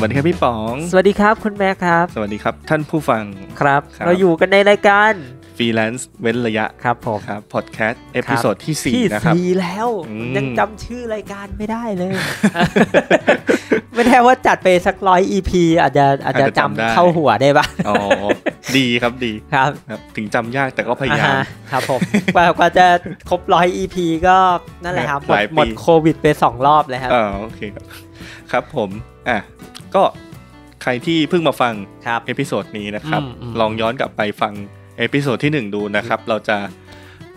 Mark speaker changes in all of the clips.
Speaker 1: วัสดีครับพี่ป๋อง
Speaker 2: สวัสดีครับคุณแม่ครับ
Speaker 1: สวัสดีครับ ท่านผู้ฟัง
Speaker 2: ครับ
Speaker 1: ครับ
Speaker 2: เราอยู่กันในรายการ
Speaker 1: ฟรีแลนซ์เว้นระยะ
Speaker 2: ครับผม
Speaker 1: ครับพอดแคสต์เอพิโซดที่ 4 นะครับ
Speaker 2: สี่แล้ว
Speaker 1: อืม
Speaker 2: ยังจำชื่อรายการไม่ได้ เลย ไม่แน่ว่าจัดไปสักร้อย EP อาจจะอาจจะจำเข้าหัวได้ปะ
Speaker 1: อ๋อ ดีครับดี
Speaker 2: ครับ
Speaker 1: ครับ ถึงจำยากแต่ก็พยายาม
Speaker 2: อ่ฮะครับผมกว่ากว่าจะครบร้อย EP ก็นั่นแหละครับหม
Speaker 1: ห
Speaker 2: ด
Speaker 1: ลายปี
Speaker 2: หมดโควิดไปสองรอบเลยครับ
Speaker 1: อ่าโอเคครับ ครับผมอ่ะก็ใครที่เพิ่งมาฟัง
Speaker 2: ครับ
Speaker 1: เอพิโซดนี้นะครับ
Speaker 2: อืมอืม
Speaker 1: ลองย้อนกลับไปฟังเอพิโซดที่ 1 ดูนะครับ เราจะ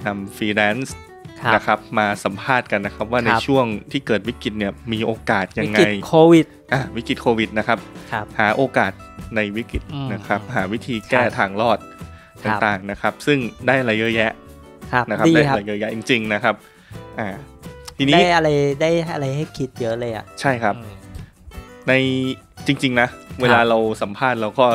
Speaker 1: นำฟรีแลนซ์
Speaker 2: ครับ
Speaker 1: นะครับ มาสัมภาษณ์กันนะครับ ว่าใน
Speaker 2: ครับ
Speaker 1: ช่วงที่เกิดวิกฤตเนี่ยมีโอกาสยั
Speaker 2: วิ
Speaker 1: งไง
Speaker 2: กฤตโควิด
Speaker 1: อ่ะวิกฤตโควิดนะครับ
Speaker 2: ครับ
Speaker 1: หาโอกาสในวิกฤต
Speaker 2: อืม
Speaker 1: นะครับ
Speaker 2: อืม
Speaker 1: หาวิธีแก้
Speaker 2: ครับ
Speaker 1: ทางรอด
Speaker 2: ค
Speaker 1: ต
Speaker 2: รับ
Speaker 1: ่างๆนะครับ ซึ่งได้อะไรเยอะแยะ
Speaker 2: ครับ
Speaker 1: นะครับ
Speaker 2: ดี
Speaker 1: ได้อะ
Speaker 2: ครับ
Speaker 1: ไรเยอะแยะจริง ๆนะครับอ่าที
Speaker 2: ได้
Speaker 1: นี้
Speaker 2: อะไรได้อะไรให้คิดเยอะเลยอ่ะ
Speaker 1: ใช่ครับ
Speaker 2: อืม
Speaker 1: ในจริง ๆ นะ เวลาเราสัมภาษณ์เราก็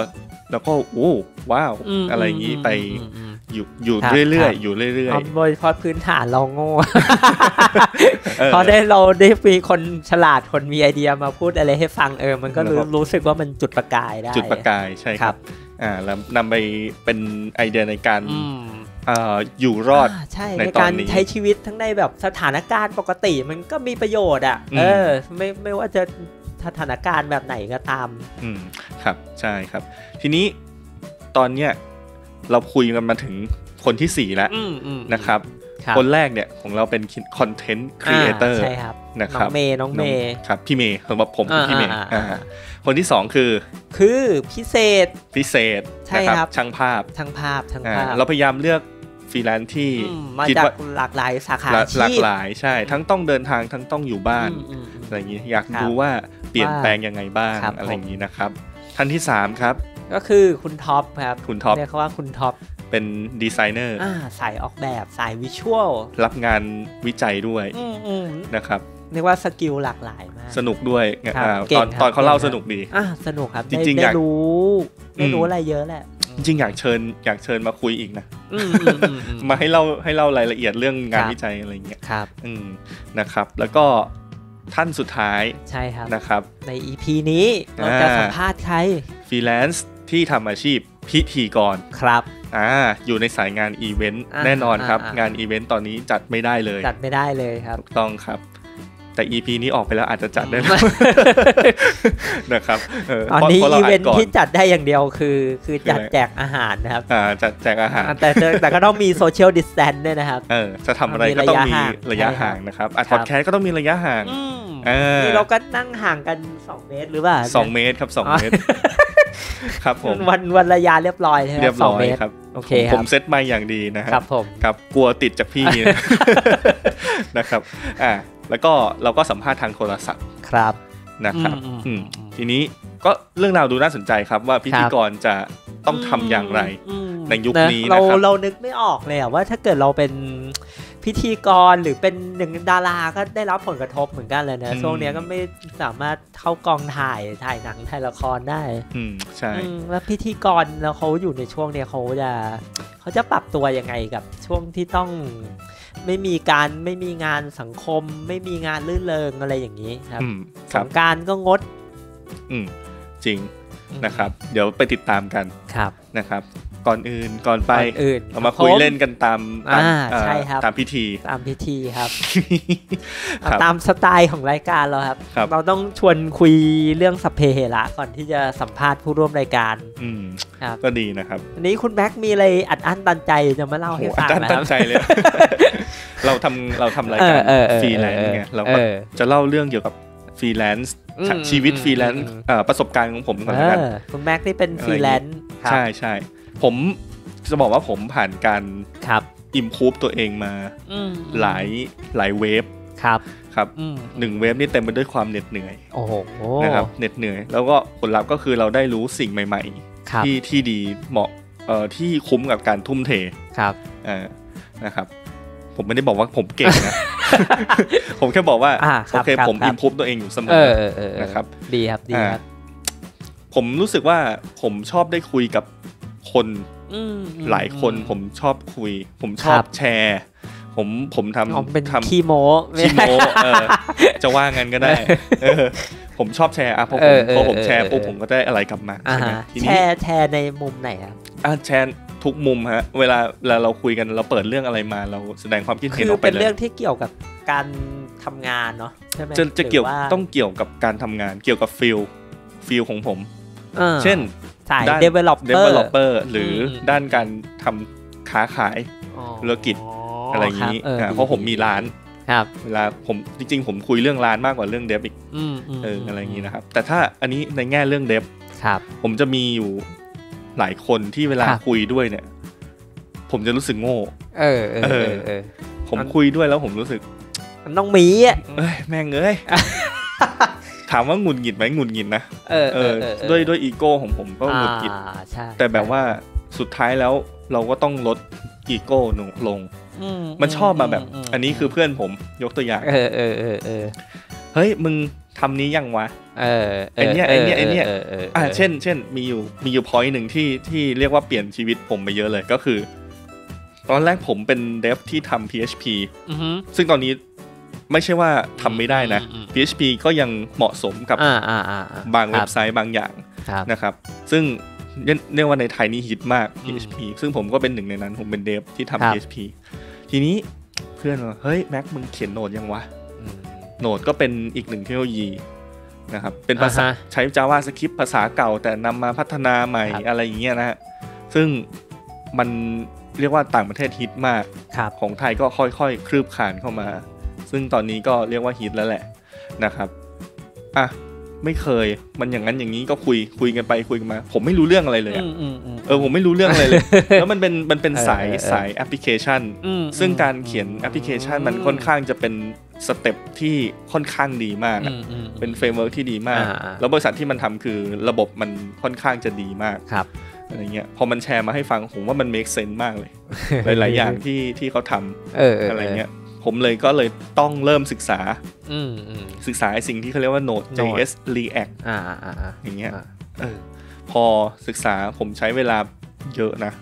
Speaker 1: เราก็โอ้ว้าว
Speaker 2: ม
Speaker 1: อะไรอย่างนี้
Speaker 2: ม
Speaker 1: ไป
Speaker 2: อืมอืม
Speaker 1: อยู่อยู่
Speaker 2: ครับ
Speaker 1: เรื่อย
Speaker 2: ครับ
Speaker 1: ๆอยู่เรื่อย
Speaker 2: เอาโดยเฉพาะพื้นฐานเราโง่
Speaker 1: ๆเออ
Speaker 2: พอได้เราได้มีคนฉลาดคนมีไอเดียมาพูดอะไรให้ฟังเออ มันก็รู้
Speaker 1: นะครับ
Speaker 2: รู้สึกว่ามันจุดประกายได้
Speaker 1: จุดประกายใช่
Speaker 2: ค
Speaker 1: ค
Speaker 2: รั
Speaker 1: รั
Speaker 2: บบ
Speaker 1: อ่าแล้วนำไปเป็นไอเดียในการ
Speaker 2: อืม
Speaker 1: เอ่ออยู่รอด
Speaker 2: าใช่
Speaker 1: ใน
Speaker 2: ใน
Speaker 1: ตอน
Speaker 2: การ
Speaker 1: นี้
Speaker 2: ใช้ชีวิตทั้งในแบบสถานการณ์ปกติมันก็มีประโยชน์อ่ะ
Speaker 1: อืม
Speaker 2: เออ ไม่ไม่ว่าจะสถานการณ์แบบไหนก็ตาม
Speaker 1: อืมครับใช่ครับ ทีนี้ตอนเนี้ยเราคุยกันมาถึงคนที่สี่แล้ว
Speaker 2: อืมอืม
Speaker 1: นะครับ
Speaker 2: ครับ
Speaker 1: คนแรกเนี่ยของเราเป็นคอนเทนต์ครีเอเตอร์
Speaker 2: าใช่ครับ
Speaker 1: นะค
Speaker 2: น้อ
Speaker 1: รับ
Speaker 2: งเมย์น้องเมย์
Speaker 1: ครับพี่เมย์สำหรับผมคืออา พี่เมย์
Speaker 2: อ่า
Speaker 1: อ่า
Speaker 2: อ่า
Speaker 1: คนที่สองคือ
Speaker 2: คือพิเศษ
Speaker 1: พิเศษ
Speaker 2: ใช่
Speaker 1: นะครับ ช่างภาพ
Speaker 2: ทั้งภาพทั้ง
Speaker 1: อ่า
Speaker 2: ภาพ
Speaker 1: เราพยายามเลือกฟรีแลนซ์ที่
Speaker 2: อืมมา
Speaker 1: คิด
Speaker 2: จาก
Speaker 1: ว่า
Speaker 2: หลากหลายสาขา
Speaker 1: หลา
Speaker 2: อาชีพ
Speaker 1: หลากหลายใช่ ทั้งต้องเดินทางทั้งต้องอยู่บ้าน
Speaker 2: อืมอืมอืม
Speaker 1: อะไรอย่างนี้อยาก
Speaker 2: ครับ
Speaker 1: ดูว่าเปลี่ยน
Speaker 2: ว่า
Speaker 1: แปลงยังไงบ้าง
Speaker 2: ครับ
Speaker 1: อะไรอย่างนี้นะครับท่านที่สามครับ
Speaker 2: ก็คือคุณท็อปครับ
Speaker 1: คุณท็อป
Speaker 2: เรียกเขาว่าคุณท็อป
Speaker 1: เป็นดีไซเนอร์
Speaker 2: อ่าสายออกแบบสายวิชวล
Speaker 1: รับงานวิจัยด้วย
Speaker 2: อืมอืม
Speaker 1: นะครับ
Speaker 2: เรียกว่าสกิลหลากหลายมาก
Speaker 1: สนุกด้วย
Speaker 2: ครับ
Speaker 1: อ่า
Speaker 2: เก่
Speaker 1: ต
Speaker 2: ง
Speaker 1: อน
Speaker 2: ครับ
Speaker 1: ตอนเขาเล่า
Speaker 2: เก่งค
Speaker 1: ส
Speaker 2: รับ
Speaker 1: นุกดี
Speaker 2: อ่าสนุกครับได้
Speaker 1: จริงๆอ
Speaker 2: ได้
Speaker 1: ยาก
Speaker 2: รู้ได้รู้
Speaker 1: อืม
Speaker 2: อะไรเยอะแหละ
Speaker 1: จริงๆอยากเชิญอยากเชิญมาคุยอีกนะ
Speaker 2: อืมอืมอืมอืม
Speaker 1: มาให้เล่าให้เล่ารายละเอียดเรื่องงาน
Speaker 2: ครับ
Speaker 1: วิจัยอะไรเงี้ย
Speaker 2: ครับ
Speaker 1: อืมนะครับ แล้วก็ท่านสุดท้าย
Speaker 2: ใช่ครับ
Speaker 1: นะครับ
Speaker 2: ใน EP นี้เราจะ
Speaker 1: อ่า
Speaker 2: สัมภาษณ์ใคร
Speaker 1: ฟรีแลนซ์ที่ทำอาชีพพิธีกร
Speaker 2: ครับ
Speaker 1: อ่าอยู่ในสายงานอีเวนต์
Speaker 2: อ่า
Speaker 1: แน่นอนครับ
Speaker 2: อ่าอ่าง
Speaker 1: งานอีเวนต์ตอนนี้จัดไม่ได้เลย
Speaker 2: จัดไม่ได้เลยครับ
Speaker 1: ถูกต้องครับ แต่ EP นี้ออกไปแล้วอาจจะจัดได้แล้ว นะครับเ
Speaker 2: ตอนนี้
Speaker 1: พราะ
Speaker 2: อี
Speaker 1: ราา
Speaker 2: เวนต์
Speaker 1: ก่อ
Speaker 2: ที่จัดได้อย่างเดียวคือ คือจัด
Speaker 1: คืออะไร
Speaker 2: แจกอาหารนะครับ
Speaker 1: อ่าจัดแจกอาหาร
Speaker 2: แต่แต่แต่ก็ต้องมีโซเชียลดิสแตนด้วยนะครับ
Speaker 1: เออจะทำอะไรก็ต้องมีระยะห่างนะครับอัด
Speaker 2: ใช่
Speaker 1: พ
Speaker 2: ค
Speaker 1: อ
Speaker 2: รับ
Speaker 1: ดแคสต์ก็ต้องมีระยะห่าง
Speaker 2: อืม
Speaker 1: เออ
Speaker 2: นี่เราก็นั่งห่างกัน 2 เมตรหรือเปล่า
Speaker 1: สองเมตรครับสอง
Speaker 2: อ๋อ
Speaker 1: เมตร ครับผม
Speaker 2: วันวันระยะเรียบร้อยใช่ไหม
Speaker 1: เรียบ
Speaker 2: สอ
Speaker 1: ร้
Speaker 2: ง
Speaker 1: อย
Speaker 2: เมตร
Speaker 1: ครับ
Speaker 2: โอเค
Speaker 1: ผมผ
Speaker 2: ครับ
Speaker 1: มเซ็ตไมาอย่างดีนะฮะ
Speaker 2: ครับผม
Speaker 1: ครับกลัวติดจาก พี่นะ นะครับ อ่าแล้วก็เราก็สัมภาษณ์ทางโทรศัพท์
Speaker 2: ครับ
Speaker 1: นะครับ
Speaker 2: อืมอื
Speaker 1: อื
Speaker 2: ม
Speaker 1: ม
Speaker 2: อืม
Speaker 1: ทีนี้ก็เรื่องราวดูน่าสนใจครับว่าพิธีกรจะต้องทำอย่างไร
Speaker 2: ม
Speaker 1: ในยุคนี้
Speaker 2: ะเรา
Speaker 1: นะครับ
Speaker 2: เรานึกไม่ออกเลยอะว่าถ้าเกิดเราเป็นพิธีกรหรือเป็นหนึ่งดาราก็ได้รับผลกระทบเหมือนกันเลยนะ
Speaker 1: อืม
Speaker 2: ช่วงเนี้ยก็ไม่สามารถเข้ากองถ่ายถ่ายหนังถ่ายละครได้
Speaker 1: อืมใช่
Speaker 2: อืมแล้วพิธีกรแล้วเขาอยู่ในช่วงเนี้ยเขาจะเขาจะปรับตัวยังไงกับช่วงที่ต้องไม่มีการไม่มีงานสังคม ไม่มีงานลื่นเริงอะไรอย่างนี้ครับ
Speaker 1: อืมค
Speaker 2: ส
Speaker 1: รับ
Speaker 2: งกรารก็งด
Speaker 1: อืมจริงนะครับ เดี๋ยวไปติดตามกัน
Speaker 2: ครับ
Speaker 1: นะครับ ก่อนอื่นก่อนไป
Speaker 2: ก่อนอื่น
Speaker 1: เรามาคุย
Speaker 2: รับผ
Speaker 1: เล่นกันตามตาม
Speaker 2: อ่า
Speaker 1: เอ่อ
Speaker 2: ใช่ครับ
Speaker 1: ตามพิธี
Speaker 2: ตามพิธีครับ
Speaker 1: ครับ
Speaker 2: เอาตามสไตล์ของรายการเราครับ
Speaker 1: ครับ
Speaker 2: เราต้องชวนคุยเรื่องสัพเพเหระก่อนที่จะสัมภาษณ์ผู้ร่วมรายการ
Speaker 1: อืม
Speaker 2: ครับ
Speaker 1: ก็ดีนะครับ
Speaker 2: วันนี้คุณแม็กมีอะไรอัดอั้นตันใจจะมาเล่า
Speaker 1: โห
Speaker 2: ให้
Speaker 1: อา
Speaker 2: ฟัง
Speaker 1: จารย์
Speaker 2: นะค
Speaker 1: ตั้
Speaker 2: รั
Speaker 1: ง
Speaker 2: บ
Speaker 1: ใจเลย เราทำเราทำรายการ
Speaker 2: เออเออเออ
Speaker 1: ฟรีแลนซ์ไง
Speaker 2: เออ
Speaker 1: เราก็
Speaker 2: เออ
Speaker 1: จะเล่าเรื่องเกี่ยวกับฟรีแลนซ์
Speaker 2: อืม
Speaker 1: ชีวิต
Speaker 2: อืม
Speaker 1: ฟรีแลนซ์
Speaker 2: อืม
Speaker 1: เอ่อประสบการณ์ของผมก่อน
Speaker 2: เอ
Speaker 1: แล้วกัน
Speaker 2: อคุณแม็กนี่เป็นฟรีแลนซ์ครั
Speaker 1: ใช่ใช่ผมจะบอกว่าผมผ่านการ
Speaker 2: ครับ
Speaker 1: อิมพูฟตัวเองมา
Speaker 2: อืม
Speaker 1: หลายหลายเวฟ
Speaker 2: ครับ
Speaker 1: ครับ
Speaker 2: อืม
Speaker 1: หนึ่งเวฟนี่เต็มไปด้วยความเหน็ดเหนื่อย
Speaker 2: โอ้โห
Speaker 1: นะครับเหน็ดเหนื่อย แล้วก็ผลลัพธ์ก็คือเราได้รู้สิ่งใหม่ ๆ
Speaker 2: ครับ
Speaker 1: ที่ที่ดีเหมาะเอ่อที่คุ้มกับการทุ่มเท
Speaker 2: ครับ
Speaker 1: เอ่อนะครับ ผมไม่ได้บอกว่าผมเก่งนะ ผมแค่บอกว่า
Speaker 2: อ่าครับ
Speaker 1: โอเค
Speaker 2: ครับ
Speaker 1: ผม
Speaker 2: ครับ
Speaker 1: อิมพูฟตัวเองอยู่เสม
Speaker 2: เอ
Speaker 1: อ
Speaker 2: อเออเออเออ
Speaker 1: นะครับ
Speaker 2: ดีครับดี
Speaker 1: อ่า
Speaker 2: ครับ
Speaker 1: ผมรู้สึกว่าผมชอบได้คุยกับคน
Speaker 2: อืมอืม
Speaker 1: หลายคนผมชอบคุย ผมชอบ
Speaker 2: ครับ
Speaker 1: แชร์ ผมผม
Speaker 2: อ๋อ
Speaker 1: ทำ
Speaker 2: เป็น
Speaker 1: ทำ
Speaker 2: ขี้โม้ไม่
Speaker 1: ขี้โม
Speaker 2: ใช่
Speaker 1: เออจะว่างันก็ได้เออ ผมชอบแชร์อ่ะพอผ
Speaker 3: เอ
Speaker 1: ม
Speaker 3: อเออ
Speaker 1: พอผมแชร์
Speaker 3: เออ
Speaker 1: ปุ๊บ
Speaker 3: เออ
Speaker 1: ผมก็ได้อะไรกลับมา
Speaker 2: อ่า
Speaker 1: ใช่ไหม
Speaker 2: ฮะ
Speaker 1: ที
Speaker 2: แช
Speaker 1: นี้
Speaker 2: ร์แชร์ในมุมไหนครับ
Speaker 1: อ่ะแชร์ทุกมุมฮะเวลาเวลาเราคุยกันเราเปิดเรื่องอะไรมาเราแสดงความคิด
Speaker 2: คื
Speaker 1: เห็น
Speaker 2: อ
Speaker 1: ออกไป
Speaker 2: เป็น
Speaker 1: เลย
Speaker 2: เรื่องที่เกี่ยวกับการทำงานเนาะใช่ไหม
Speaker 1: จะจะเกี่ยว
Speaker 2: หรืา
Speaker 1: ต้องเกี่ยวกับการทำงานเกี่ยวกับฟิลฟิลของผม
Speaker 2: ออ
Speaker 1: เช่น
Speaker 2: สาย
Speaker 1: ด้าน
Speaker 2: developer
Speaker 1: developer หรืออ
Speaker 2: ม
Speaker 1: ด้านการทำค้าขาย
Speaker 2: อ๋อ
Speaker 1: ธุรกิจ อะไรอย่างนี้
Speaker 2: คบ
Speaker 1: อ่าเพราะผมมีร้าน
Speaker 2: ครับ
Speaker 1: เวลาผมจริง ๆ ผมคุยเรื่องร้านมากกว่าเรื่องเดฟอีก
Speaker 2: อืมม
Speaker 1: เอออะไรอย่างนี้นะครับ แต่ถ้าอันนี้ในแง่เรื่องเดฟ
Speaker 2: ครับ
Speaker 1: ผมจะมีอยู่หลายคนที่เวลา
Speaker 3: ครับ
Speaker 1: คุยด้วยเนี่ย ผมจะรู้สึกโง่
Speaker 3: เออเออเออเออ
Speaker 1: ผม
Speaker 2: มัน
Speaker 1: คุยด้วยแล้วผมรู้สึก
Speaker 2: มันต้องมีอ่ะ
Speaker 1: เอ้ยแม่งเอ้ย ถามว่าหงุดหงิดไหมหงุดหงิดนะ
Speaker 3: เออ
Speaker 1: เอ
Speaker 3: เอ
Speaker 1: อ
Speaker 3: อเออ
Speaker 1: ด้วยด้วยอีโก้ของผมก็หงุดหงิด
Speaker 2: อ่าใช่
Speaker 1: แต่แบบว่าสุดท้ายแล้วเราก็ต้องลดอีโก้ลง
Speaker 2: อื
Speaker 1: มันชอบมาแบบ
Speaker 2: มม
Speaker 1: อันนี้คือเพื่อนผมยกตัวอย่าง
Speaker 3: เออเออเออเออ
Speaker 1: เฮ้ย มึงทำนี้ยังวะ
Speaker 3: เออ
Speaker 1: ไอ้เนี่ยไอ้เนี่ยไอ้เนี่ย
Speaker 3: เออเออเออ
Speaker 1: อ่าเช่น เช่น มีอยู่มีอยู่พอยหนึ่งที่ที่เรียกว่าเปลี่ยนชีวิตผมไปเยอะเลยก็คือ ตอนแรกผมเป็นเดฟที่ทำ PHP
Speaker 2: อือฮึ
Speaker 1: ซึ่งตอนนี้ไม่ใช่ว่าทำไม่ได้นะ
Speaker 2: อืมอืม
Speaker 1: PHP ก็ยังเหมาะสมกับ
Speaker 2: อ่าอ่าอ่าอ่
Speaker 1: บาง
Speaker 2: ค
Speaker 1: เว็
Speaker 2: รับบ
Speaker 1: ไซต์บางอย่าง
Speaker 2: ครับ
Speaker 1: นะครับ ซึ่งเรียกเรียกว่าในไทยนี่ฮิตมาก
Speaker 2: อืม
Speaker 1: PHP ซึ่งผมก็เป็นหนึ่งในนั้น ผมเป็นเดฟที่
Speaker 2: ครั
Speaker 1: ทำ
Speaker 2: บ
Speaker 1: PHP ทีนี้เพื่อนว่าเฮ้ย แม็กมึงเขียนโนดยังวะ
Speaker 2: อืม
Speaker 1: โนดก็เป็นอีกหนึ่งเทคโนโลยีนะครับ เป็นภาษา
Speaker 2: อ่าฮะ
Speaker 1: ใช้ JavaScript ภาษาเก่าแต่นำมาพัฒนาใหม่
Speaker 2: ครับ
Speaker 1: อะไรอย่างเงี้ยนะฮะ ซึ่งมันเรียกว่าต่างประเทศฮิตมาก
Speaker 2: ครับ
Speaker 1: ของไทยก็ค่อยๆ คลืบคลานเข้ามา ซึ่งตอนนี้ก็เรียกว่าฮิตแล้วแหละนะครับ อ่ะ ไม่เคย มันอย่างนั้นอย่างนี้ก็คุยคุยกันไปคุยกันมา ผมไม่รู้เรื่องอะไรเลยอะ
Speaker 2: อืมอืมอืม
Speaker 1: เออผมไม่รู้เรื่องอะไรเลย แล้วมันเป็นมันเป็นสา
Speaker 3: เอ
Speaker 1: ย
Speaker 3: อเออ
Speaker 1: สายแอปพลิเคชัน
Speaker 2: อืม
Speaker 1: ซึ่งการเขียนแอปพลิเคชันมันค่อนข้างจะเป็นสเต็ปที่ค่อนข้างดีมากอะ
Speaker 2: อืมอืม
Speaker 1: เป็นเฟรมเวิร์กที่ดีมาก
Speaker 2: อ่าอ่า
Speaker 1: แล้วบริษัทที่มันทำคือระบบมันค่อนข้างจะดีมาก
Speaker 2: ครับ
Speaker 1: อะไรเงี้ยพอมันแชร์มาให้ฟังผมว่ามัน make sense มากเลย หลาย ๆ อย่างที่ที่เขาทำ
Speaker 3: เออ
Speaker 1: อะไรเงี้ยผมเลยก็เลยต้องเริ่มศึกษา
Speaker 2: อืมอืม
Speaker 1: ศึกษาไอ้สิ่งที่เขาเรียกว่า Node JS React
Speaker 3: อ่าอ่าอ่าอ่า
Speaker 1: อย่างเงี้ย
Speaker 3: อ่า
Speaker 1: เออพอศึกษาผมใช้เวลาเยอะนะ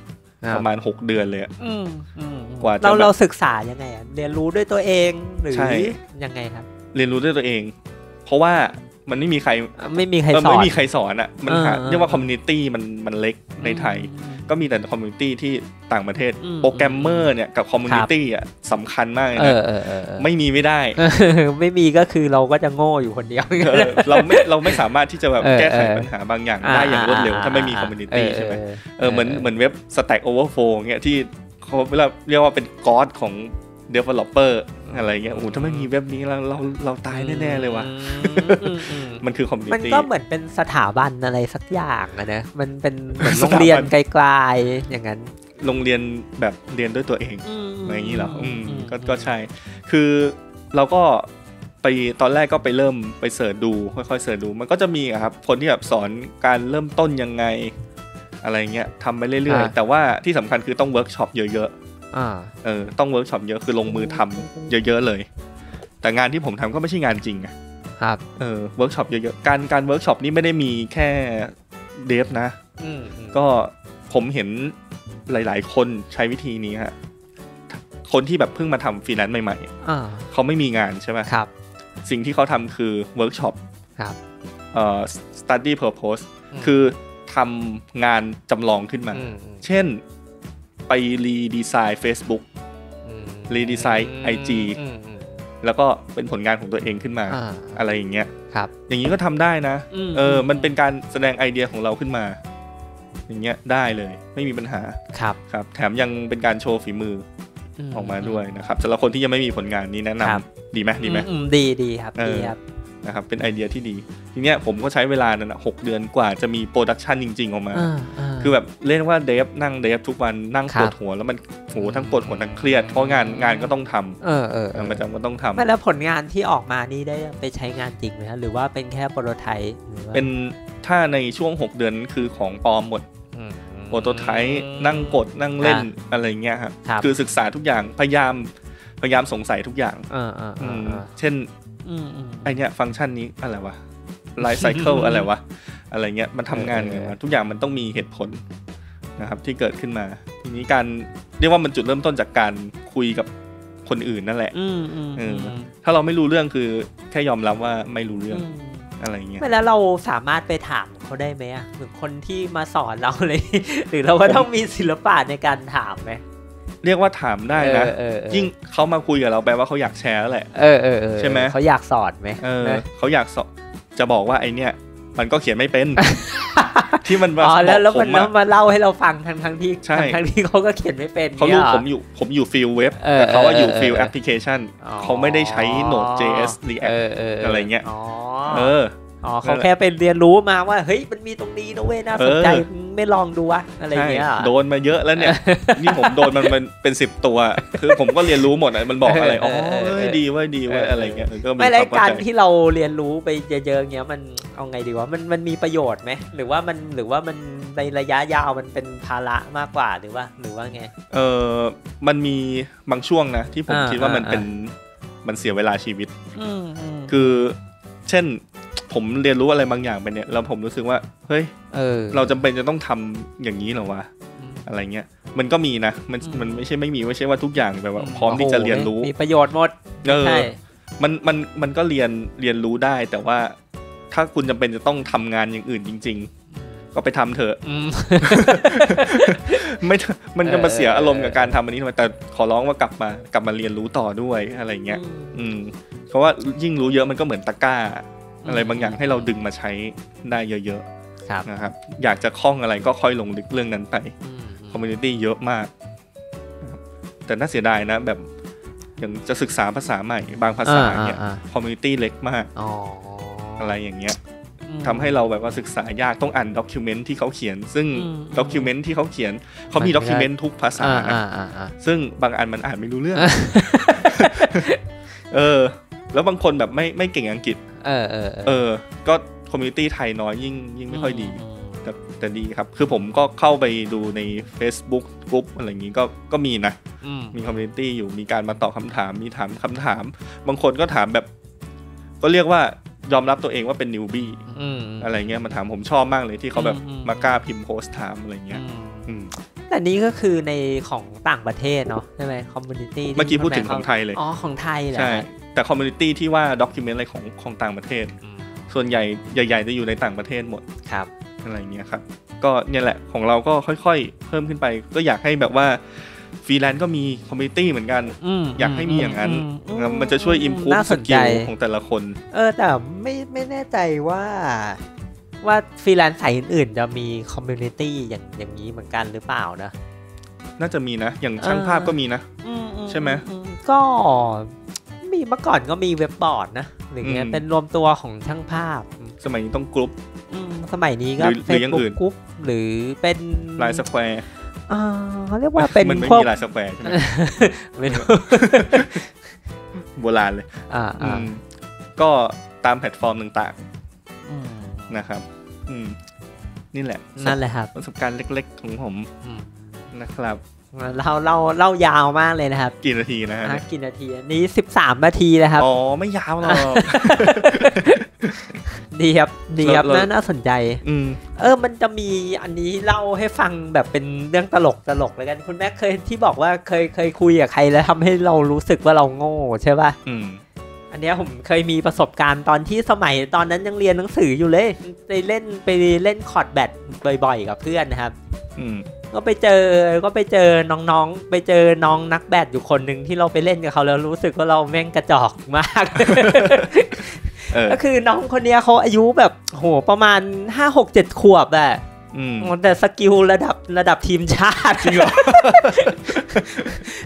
Speaker 1: ประมาณ 6 เดือนเลยอะ
Speaker 2: อืมอืมอืม
Speaker 1: กว่าจะ
Speaker 2: เรา
Speaker 1: แบบ
Speaker 2: เราศึกษายังไงอะเรียนรู้ด้วยตัวเองหรือ
Speaker 1: ใช่
Speaker 2: ยังไงครับ
Speaker 1: เรียนรู้ด้วยตัวเอง เพราะว่ามันไม่มีใคร
Speaker 2: อ่ะไม่มีใคร
Speaker 1: เออ
Speaker 2: สอ
Speaker 1: ไม่
Speaker 2: น
Speaker 1: มีใครสอนอะมันหา
Speaker 2: เออ
Speaker 1: เรียกว่าคอมมูนิตี้มันมันเล็กในไทย
Speaker 2: อืม
Speaker 1: ก็มีแต่คอมมูนิตี้ที่ต่างประเทศ
Speaker 2: อืม
Speaker 1: โปรแกรมเมอร์เนี่ยกับคอมมูนิตี้อะสำคัญมากเลย
Speaker 3: เออ
Speaker 1: นะ
Speaker 3: เออเออเออ
Speaker 1: ไม่มีไม่ได้
Speaker 2: เออ ไม่มีก็คือเราก็จะโง่อยู่คนเดียว
Speaker 1: เออเราไม่เราไม่สามารถที่จะแบบ
Speaker 3: เออ
Speaker 1: แก้ไข
Speaker 3: เออ
Speaker 1: ปัญหาบางอย่างได้อย่างรวดเร็ว ถ้าไม่มีคอมมูนิตี้ใช่ไหมเออเหมือนเหมือนเว็บ Stack Overflow เงี้ยที่เขาเวลาเรียกว่าเป็นกอดของ developer อะไรเงี้ยโอ้โหถ้าไม่มีเว็บนี้เราเราเราตายแน่ๆเลยว่ะ
Speaker 2: อืมอืมอืม
Speaker 1: มันคือคอมมูนิ
Speaker 2: มัน
Speaker 1: ตี้
Speaker 2: ก็เหมือนเป็นสถาบันอะไรสักอย่างอะนะมันเป็นเหมือนโรงเรียน
Speaker 1: สถาบัน
Speaker 2: ไกลๆอย่างนั้น
Speaker 1: โรงเรียนแบบเรียนด้วยตัวเองอะไรอย่างนี้เหรออืมก็ก็ใช่ คือเราก็ไปตอนแรกก็ไปเริ่มไปเสิร์ชดู ค่อยๆเสิร์ชดู มันก็จะมีอะครับคนที่แบบสอนการเริ่มต้นยังไง อะไรเงี้ยทำไปเรื่อย
Speaker 3: อ่า
Speaker 1: ๆ แต่ว่าที่สำคัญคือต้องเวิร์กช็อปเยอะ
Speaker 3: อ่า
Speaker 1: ๆเออต้องเวิร์กช็อปเยอะคือลงมือทำเยอะๆเลย แต่งานที่ผมทำก็ไม่ใช่งานจริงอะ
Speaker 3: ครับ
Speaker 1: เออเวิร์กช็อปเยอะๆการการเวิร์กช็อปนี่ไม่ได้มีแค่เดฟนะ
Speaker 3: อืมอืม
Speaker 1: ก็ผมเห็นหลายๆ คนใช้วิธีนี้ฮะคนที่แบบเพิ่งมาทำฟรีแลนซ์ใหม่
Speaker 3: อ่า
Speaker 1: ๆ เขาไม่มีงานใช่ไหม
Speaker 3: ครับ
Speaker 1: สิ่งที่เขาทำคือเวิร์กช็อป
Speaker 3: ครับ
Speaker 1: เอ่อ study purpose
Speaker 3: อืม
Speaker 1: คือทำงานจำลองขึ้นมา
Speaker 3: อืมอืม
Speaker 1: เช่นไปรีดีไซน์ Facebook
Speaker 3: อืม
Speaker 1: redesign
Speaker 3: ม
Speaker 1: IG
Speaker 3: อืมอืม
Speaker 1: แล้วก็เป็นผลงานของตัวเองขึ้นมา
Speaker 3: อ่า
Speaker 1: อะไรอย่างเงี้ย
Speaker 3: ครับ
Speaker 1: อย่างนี้ก็ทำได้นะ
Speaker 2: อืม
Speaker 1: เออ มันเป็นการแสดงไอเดียของเราขึ้นมา อย่างเงี้ยได้เลย ไม่มีปัญหา
Speaker 2: ครับ
Speaker 1: ครับ แถมยังเป็นการโชว์ฝีมือ ออกมาด้วยนะครับสำหรับคนที่ยังไม่มีผลงานนี้แนะนำ
Speaker 2: ครับ
Speaker 1: ดีไหมดีไหม
Speaker 2: อือืดีดีครับ
Speaker 1: เออ
Speaker 2: ดีครับ
Speaker 1: นะครับเป็นไอเดียที่ดีทีเนี้ยผมก็ใช้เวลานั่นนะหกเดือนกว่าจะมีโปรดักชันจริง ๆ ออกมา
Speaker 3: อ่าา
Speaker 1: คือแบบเล่นว่าเดฟนั่งเดฟทุกวันนั่ง
Speaker 3: ครั
Speaker 1: ป
Speaker 3: บ
Speaker 1: วดหัวแล้วมันโหทั้งปวดหัวทั้งเครียดเพราะงานงานก็ต้องท
Speaker 3: เออเออเออ
Speaker 1: ำประจำก็ต้องทำ
Speaker 2: ไม่แล้วผลงานที่ออกมานี่ได้ไปใช้งานจริงไหมฮะหรือว่าเป็นแค่โปรโตไทป์หรือว่า
Speaker 1: เป็นถ้าในช่วง 6 เดือนคือของปลอมหมด
Speaker 3: อืม
Speaker 1: โปรโตไทป์นั่งกดนั่งเล่น
Speaker 2: อ่
Speaker 1: อะไรเงี้ยครับ
Speaker 2: ครับ
Speaker 1: คือศึกษาทุกอย่างพยายามพยายามสงสัยทุกอย่าง
Speaker 2: อ่าอ่า
Speaker 1: อื
Speaker 2: อ่าม อ่า
Speaker 1: เช่น
Speaker 2: อืมอืม
Speaker 1: ไอเนี้ยฟังก์ชันนี้อะไรวะไลฟ์ไซเคิล อะไรวะ อะไรเงี้ยมันทำงานไง
Speaker 3: เออเออ
Speaker 1: วะทุกอย่างมันต้องมีเหตุผลนะครับที่เกิดขึ้นมาทีนี้การเรียกว่ามันจุดเริ่มต้นจากการคุยกับคนอื่นนั่นแหละ
Speaker 2: อืมอืม
Speaker 1: เอ
Speaker 2: อื
Speaker 1: อ
Speaker 2: ม
Speaker 1: ถ้าเราไม่รู้เรื่องคือแค่ยอมรับว่าไม่รู้เรื่อง
Speaker 2: ม
Speaker 1: เ อะไรเงี้ย
Speaker 2: ไม่แล้วเราสามารถไปถามเขาได้ไหมอะเหมือนคนที่มาสอนเราเลย หรือเราก็ต้องมีศิลปะในการถามไหม
Speaker 1: เรียกว่าถามได้นะ
Speaker 3: เออเออเออ
Speaker 1: ยิ่งเขามาคุยกับเราแปลว่าเขาอยากแชร์แล้วแหละ
Speaker 3: เออเออเออ
Speaker 1: ใช่ไหม
Speaker 2: เขาอยากสอนไหม
Speaker 1: เออ
Speaker 2: นะ
Speaker 1: เขาอยากสอนจะบอกว่าไอเนี่ย มันก็เขียนไม่ เป็น ที่มันมา
Speaker 2: อ๋อแล้ว
Speaker 1: บ
Speaker 2: แล้
Speaker 1: อ
Speaker 2: ว
Speaker 1: ก
Speaker 2: มัน
Speaker 1: ผม
Speaker 2: แล้ว
Speaker 1: อะ
Speaker 2: มาเล่าให้เราฟังทั้งทั้งที่
Speaker 1: ใช่
Speaker 2: ทั้งทั้งที่เขาก็เขียนไม่เป็น
Speaker 1: เขา
Speaker 2: นี่
Speaker 1: รู้
Speaker 2: ยหรอ
Speaker 1: ผมอยู่ผมอยู่ฟิลเว็บ
Speaker 3: เออ
Speaker 1: แต่เขาว่าอยู่
Speaker 3: เ
Speaker 1: ฟิลแอปพลิเคชัน
Speaker 2: อ๋อ
Speaker 1: เขาไม่ได้ใช้ Node.js
Speaker 3: เอ
Speaker 1: React
Speaker 3: อเออเ
Speaker 1: อะไรเงี้ย
Speaker 2: อ๋อ
Speaker 1: เออ
Speaker 2: อ๋อเขาแค่เป็นเรียนรู้มาว่า เฮ้ยมันมีตรงนี้นะเว้ยน่าสนใจ
Speaker 1: เออ
Speaker 2: ไม่ลองดูวะอะไรอย่างเงี้ย
Speaker 1: ใช่
Speaker 2: เหรอ
Speaker 1: โดนมาเยอะแล้วเนี่ย นี่ผมโดนมันเป็นเป็นสิบตัว คือผมก็เรียนรู้หมดอะมันบอกอะไรอ๋อ
Speaker 3: เออเออเออ
Speaker 1: เอ้ยดีเว้ยดีเว้ย
Speaker 3: เออเอออ
Speaker 1: อะไรเงี้ยเออก็มี
Speaker 2: ไม่
Speaker 1: ค
Speaker 2: แล้ว
Speaker 1: วามเข้า
Speaker 2: การ
Speaker 1: ใจ
Speaker 2: ที่เราเรียนรู้ไปเยอะๆเงี้ยมันเอาไงดีวะมันมันมีประโยชน์ไหมหรือว่ามันหรือว่ามันในระยะยาวมันเป็นภาระมากกว่าหรือว่าหรือว่าไง
Speaker 1: เออมันมีบางช่วงนะ ที่ผม
Speaker 2: อ่า
Speaker 1: คิดว่ามัน
Speaker 2: อ่า
Speaker 1: เป็นมันเสียเวลาชีวิต
Speaker 2: อืมอืม
Speaker 1: คือ เช่น ผมเรียนรู้อะไรบางอย่างไปเนี่ยแล้วผมรู้สึกว่าเฮ้ย
Speaker 3: ออ
Speaker 1: เราจำเป็นจะต้องทำอย่างนี้เหรอวะอะไรเงี้ย มันก็มีนะมัน
Speaker 2: อืม
Speaker 1: มันไม่ใช่ไม่มีไม่ใช่ว่าทุกอย่างแบบว่า
Speaker 3: อืม
Speaker 1: พร้อมที่จะเรียนรู้
Speaker 2: โอ้โหมีประโยชน์หมด
Speaker 1: เออ
Speaker 2: ใช่
Speaker 1: มันมันมันก็เรียนเรียนรู้ได้ แต่ว่าถ้าคุณจำเป็นจะต้องทำงานอย่างอื่นจริง ๆ ก็ไปทำเถอะ
Speaker 2: อืม
Speaker 1: ไม่มันจะมาเสีย
Speaker 3: เออ
Speaker 1: อา
Speaker 3: อ
Speaker 1: รมณ์กับการทำอันนี้ทำไมแต่ขอร้องว่ากลับมากลับมาเรียนรู้ต่อด้วยอะไรเงี้ย อืม เพราะว่ายิ่งรู้เยอะมันก็เหมือนตะกร้า
Speaker 2: อืม
Speaker 1: อะไรบางอย่างให้เราดึงมาใช้ได้เยอะ
Speaker 2: ครับ
Speaker 1: ๆนะครับ อยากจะคล่องอะไรก็ค่อยลงลึกเรื่องนั้นไป
Speaker 2: อืม
Speaker 1: คอมมูนิตี้เยอะมากนะครับแต่น่าเสียดายนะ แบบอย่างจะศึกษาภาษาใหม่ บางภาษาเนี่ย
Speaker 2: อ่า
Speaker 1: คอมมูนิตี้เล็กมาก
Speaker 2: ๆอ๋ออ
Speaker 1: อะไรอย่างเงี้ย
Speaker 2: อืม
Speaker 1: ทำให้เราแบบว่าศึกษายากต้องอ่านด็อกิวเมนต์ที่เขาเขียน ซึ่ง
Speaker 2: อืม
Speaker 1: ด็อกิวเมนต์ที่เขาเขียนเขามี
Speaker 3: มันไม่ได้
Speaker 1: ด็อกิวเมนต์ทุกภาษา
Speaker 3: อ่าอ่าอ่าอ่า
Speaker 1: ซึ่งบางอันมันอ่านไม่รู้เรื่อง
Speaker 3: อ่ะ
Speaker 1: เออ แล้วบางคนแบบไม่ไม่เก่งอังกฤษ
Speaker 3: เออเออเอ
Speaker 1: เอ
Speaker 3: อ
Speaker 1: อ ก็คอมมูนิตี้ไทยน้อยยิ่งยิ่งไม่ค่อยดี
Speaker 2: ม
Speaker 1: แต่แต่ดีครับ คือผมก็เข้าไปดูใน Facebook กลุ่มอะไรอย่างงี้ก็ก็มีนะ
Speaker 2: อืม
Speaker 1: มีคอมมูนิตี้อยู่ มีการมาตอบคำถาม มีถามคำถาม บางคนก็ถามแบบ ก็เรียกว่ายอมรับตัวเองว่าเป็นนิวบี้
Speaker 3: อืม
Speaker 1: อะไรเงี้ยมาถามผมชอบมากเลยที่เขาแบบ
Speaker 2: อื
Speaker 1: มากล้าพิมพ์โพสต์ถามอะไรเงี้ย
Speaker 2: อืม
Speaker 1: อืม
Speaker 2: แต่นี้ก็คือในของต่างประเทศเนาะใช่ไหมคอมมูนิตี้
Speaker 1: เมื่อกี้พูดถึงของไทยเลย
Speaker 2: อ๋อของไทยเหรอ
Speaker 1: ใช่ แต่คอมมูนิตี้ที่ว่าด็อกิเมนต์อะไรของของต่างประเทศ
Speaker 2: อืม
Speaker 1: ส่วนใหญ่ใหญ่ๆจะอยู่ในต่างประเทศหมด
Speaker 2: ครับ
Speaker 1: อะไรเงี้ยครับ ก็เนี่ยแหละของเราก็ค่อยๆ เพิ่มขึ้นไป ก็อยากให้แบบว่าฟรีแลนซ์ก็มีคอมมูนิตี้เหมือนกัน
Speaker 2: ม
Speaker 1: อยากให้มีอย่างนั้น
Speaker 2: อื
Speaker 1: มันจะช่วยอิมพูฟ
Speaker 2: น่า
Speaker 1: ส
Speaker 2: สน
Speaker 1: กิ
Speaker 2: ใจ
Speaker 1: ลของแต่ละคน
Speaker 2: เออแต่ไม่ไม่แน่ใจว่า ว่าฟรีแลนซ์สายอื่นๆจะมีคอมมูนิตี้อย่างอย่างนี้เหมือนกันหรือเปล่านะ
Speaker 1: น่าจะมีนะ อย่างช่างภาพก็มีนะ ใช่ไหม
Speaker 2: ก็มีเมื่อก่อนก็มีเว็บบอร์ดนะหรือเงี้ย
Speaker 1: อืม
Speaker 2: เป็นรวมตัวของช่างภาพ
Speaker 1: สมัยนี้ต้องกรุ๊ป
Speaker 2: อืมสมัยนี้ก็
Speaker 1: หรือห
Speaker 2: เฟ
Speaker 1: รือ
Speaker 2: ซ
Speaker 1: อย่างอื่
Speaker 2: บุ๊ก
Speaker 1: น
Speaker 2: กรุ๊ปหรือเป็น
Speaker 1: ลายสแควร์
Speaker 2: อ่าเขาเรียกว่าเป็น
Speaker 1: มันไม่
Speaker 2: พวก
Speaker 1: มีลายสแควร์ใช่ไหม
Speaker 2: ไม่ รู้
Speaker 1: โบราณเลย
Speaker 2: อ่า
Speaker 1: อื
Speaker 2: อ่าม
Speaker 1: ก็ตามแพลตฟอร์มต่าง
Speaker 2: อืม
Speaker 1: ๆนะครับ อืมนี่แหละ
Speaker 2: นั่นแหละครับ
Speaker 1: ประสบการณ์เล็กๆ ของผม
Speaker 2: อืม
Speaker 1: นะครับ
Speaker 2: เราเราเล่ายาวมากเลยนะครับ
Speaker 1: กี่นาทีนะฮะ
Speaker 2: อ่ะ
Speaker 1: เนี่ย
Speaker 2: กี่นาทีอันนี้ 13 นาทีนะครับ
Speaker 1: อ๋อ ไม่ยาวหรอก
Speaker 2: ดีครับดีครับ
Speaker 1: เราเรา
Speaker 2: น่าน่าสนใจ
Speaker 1: อืม
Speaker 2: เออมันจะมีอันนี้เล่าให้ฟังแบบเป็นเรื่องตลกตลกแล้วกันคุณแม่เคยที่บอกว่าเคยเคยคุยกับใครแล้วทำให้เรารู้สึกว่าเราโง่ใช่ป่ะ
Speaker 1: อืม
Speaker 2: อันเนี้ยผมเคยมีประสบการณ์ตอนที่สมัยตอนนั้นยังเรียนหนังสืออยู่เลยไปเล่นไปเล่นคอร์ดแบดบ่อยๆ กับเพื่อนนะครับ
Speaker 1: อืม
Speaker 2: ก็ไปเจอก็ไปเจอน้องๆ ไปเจอน้องนักแบดอยู่คนหนึ่งที่เราไปเล่นกับเขาแล้วรู้สึกว่าเราแม่งกระจอกมาก
Speaker 1: เออ
Speaker 2: ก็คือน้องคนเนี้ยเขาอายุแบบโหประมาณห้าหกเจ็ดขวบอะ
Speaker 1: อืม
Speaker 2: แต่สกิลระดับระดับทีมชาติ
Speaker 1: จริงเหรอ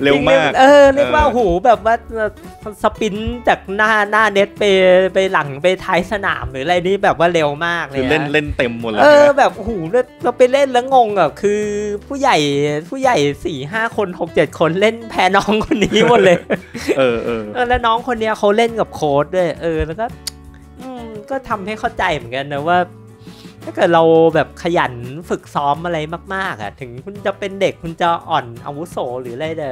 Speaker 1: เร็วมาก
Speaker 2: เออเรียกว่า
Speaker 1: เออ
Speaker 2: โหแบบว่าสปินจากหน้าหน้าเน็ตไปไปหลังไปท้ายสนามหรืออะไรนี่แบบว่าเร็วมากเลย
Speaker 1: คือ
Speaker 2: นะ
Speaker 1: เล่นเล่นเต็มหมดแล้ว
Speaker 2: เอ
Speaker 1: ใช่
Speaker 2: อ
Speaker 1: ไหม
Speaker 2: แบบโอ้โหแล้วเราไปเล่นแล้วงงอ่ะคือผู้ใหญ่ผู้ใหญ่สี่ห้าคนหกเจ็ดคนเล่นแพ้น้องคนนี้หมดเลย
Speaker 1: เออเออ
Speaker 2: เออแล้วน้องคนเนี้ยเขาเล่นกับโค้ดด้วยเออแล้วก็ อืมก็ทำให้เข้าใจเหมือนกันนะว่า ถ้าเกิดเราแบบขยันฝึกซ้อมอะไรมากๆอ่ะ ถึงคุณจะเป็นเด็กคุณจะอ่อนอาวุโสหรืออะไรแต่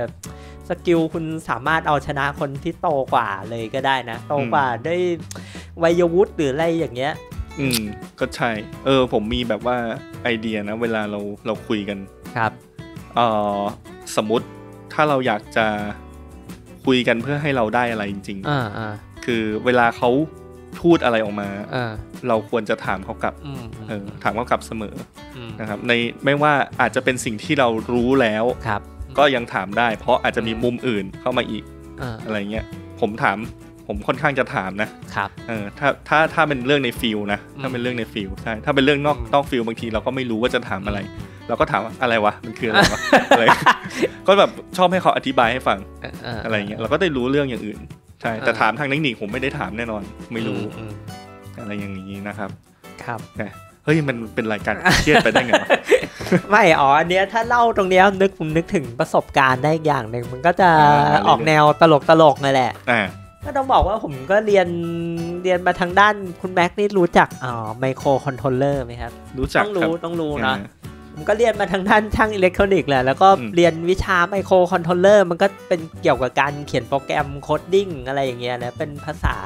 Speaker 2: สกิลคุณสามารถเอาชนะคนที่โตกว่าเลยก็ได้นะโตกว่าด้วยวัยวุฒิหรืออะไรอย่างเงี้ย
Speaker 1: อืม ก็ใช่ เออ ผมมีแบบว่าไอเดียนะ เวลาเราเราคุยกัน
Speaker 2: ครับ
Speaker 1: เออสมมติถ้าเราอยากจะคุยกันเพื่อให้เราได้อะไรจริง
Speaker 2: อ่าอ่า
Speaker 1: ๆ คือเวลาเขา พูดอะไรออกมา
Speaker 3: อ่า
Speaker 1: เราควรจะถามเขากลับ
Speaker 3: อืม
Speaker 1: เออถามเขากลับเสมอ
Speaker 3: อืม
Speaker 1: นะครับในไม่ว่าอาจจะเป็นสิ่งที่เรารู้แล้ว
Speaker 2: ครับ
Speaker 1: ก็ยังถามได้ เพราะอาจจะมีมุมอื่นเข้ามาอีก
Speaker 3: อ่า
Speaker 1: อะไรเงี้ยผมถามผมค่อนข้างจะถามนะครับ เออถ้าถ้าถ้าเป็นเรื่องในฟิลนะถ้าเป็นเรื่องในฟิลใช่ถ้าเป็นเรื่องนอก
Speaker 2: อืม
Speaker 1: นอกฟิลบางทีเราก็ไม่รู้ว่าจะถามอะไร เราก็ถามว่าอะไรวะมันคืออะไร วะอะไร ก็แบบชอบให้เขาอธิบายให้ฟัง
Speaker 3: อ่า
Speaker 1: อะไรเงี้ยเราก็ได้รู้เรื่องอย่างอื่นใช่แต่
Speaker 3: อ่า
Speaker 1: ถามทางเทคนิคผมไม่ได้ถามแน่นอน ไม่รู้
Speaker 3: อืม
Speaker 1: อะไรอย่างนี้นะครับ
Speaker 2: ครับ
Speaker 1: นะเฮ้ยมันเป็นราย การเครียดไปได้ไงวะ
Speaker 2: ไม่อ๋ออันเนี้ยถ้าเล่าตรงเนี้ยนึกผมนึกถึงประสบการณ์ได้อีกอย่างหนึ่งมันก็จะ
Speaker 1: อ่า
Speaker 2: ออกแนวตลกตลกๆนั่นแหละ
Speaker 1: อ่า
Speaker 2: ก็ต้องบอกว่าผมก็เรียนเรียนมาทางด้านคุณแม็กนี่รู้จักอ๋อไมโครคอนโทรลเลอร์ไหมครับ
Speaker 1: รู้จัก
Speaker 2: ต้อง
Speaker 1: ครับ
Speaker 2: รู้ต้องรู้
Speaker 1: อ่า
Speaker 2: นะ ผมก็เรียนมาทางด้านช่างอิเล็กทรอนิกส์แหละแล้วก็
Speaker 1: อืม
Speaker 2: เรียนวิชาไมโครคอนโทรลเลอร์มันก็เป็นเกี่ยวกับการเขียนโปรแกรมโคดดิ้งอะไรอย่างเงี้ยนะเป็นภาษา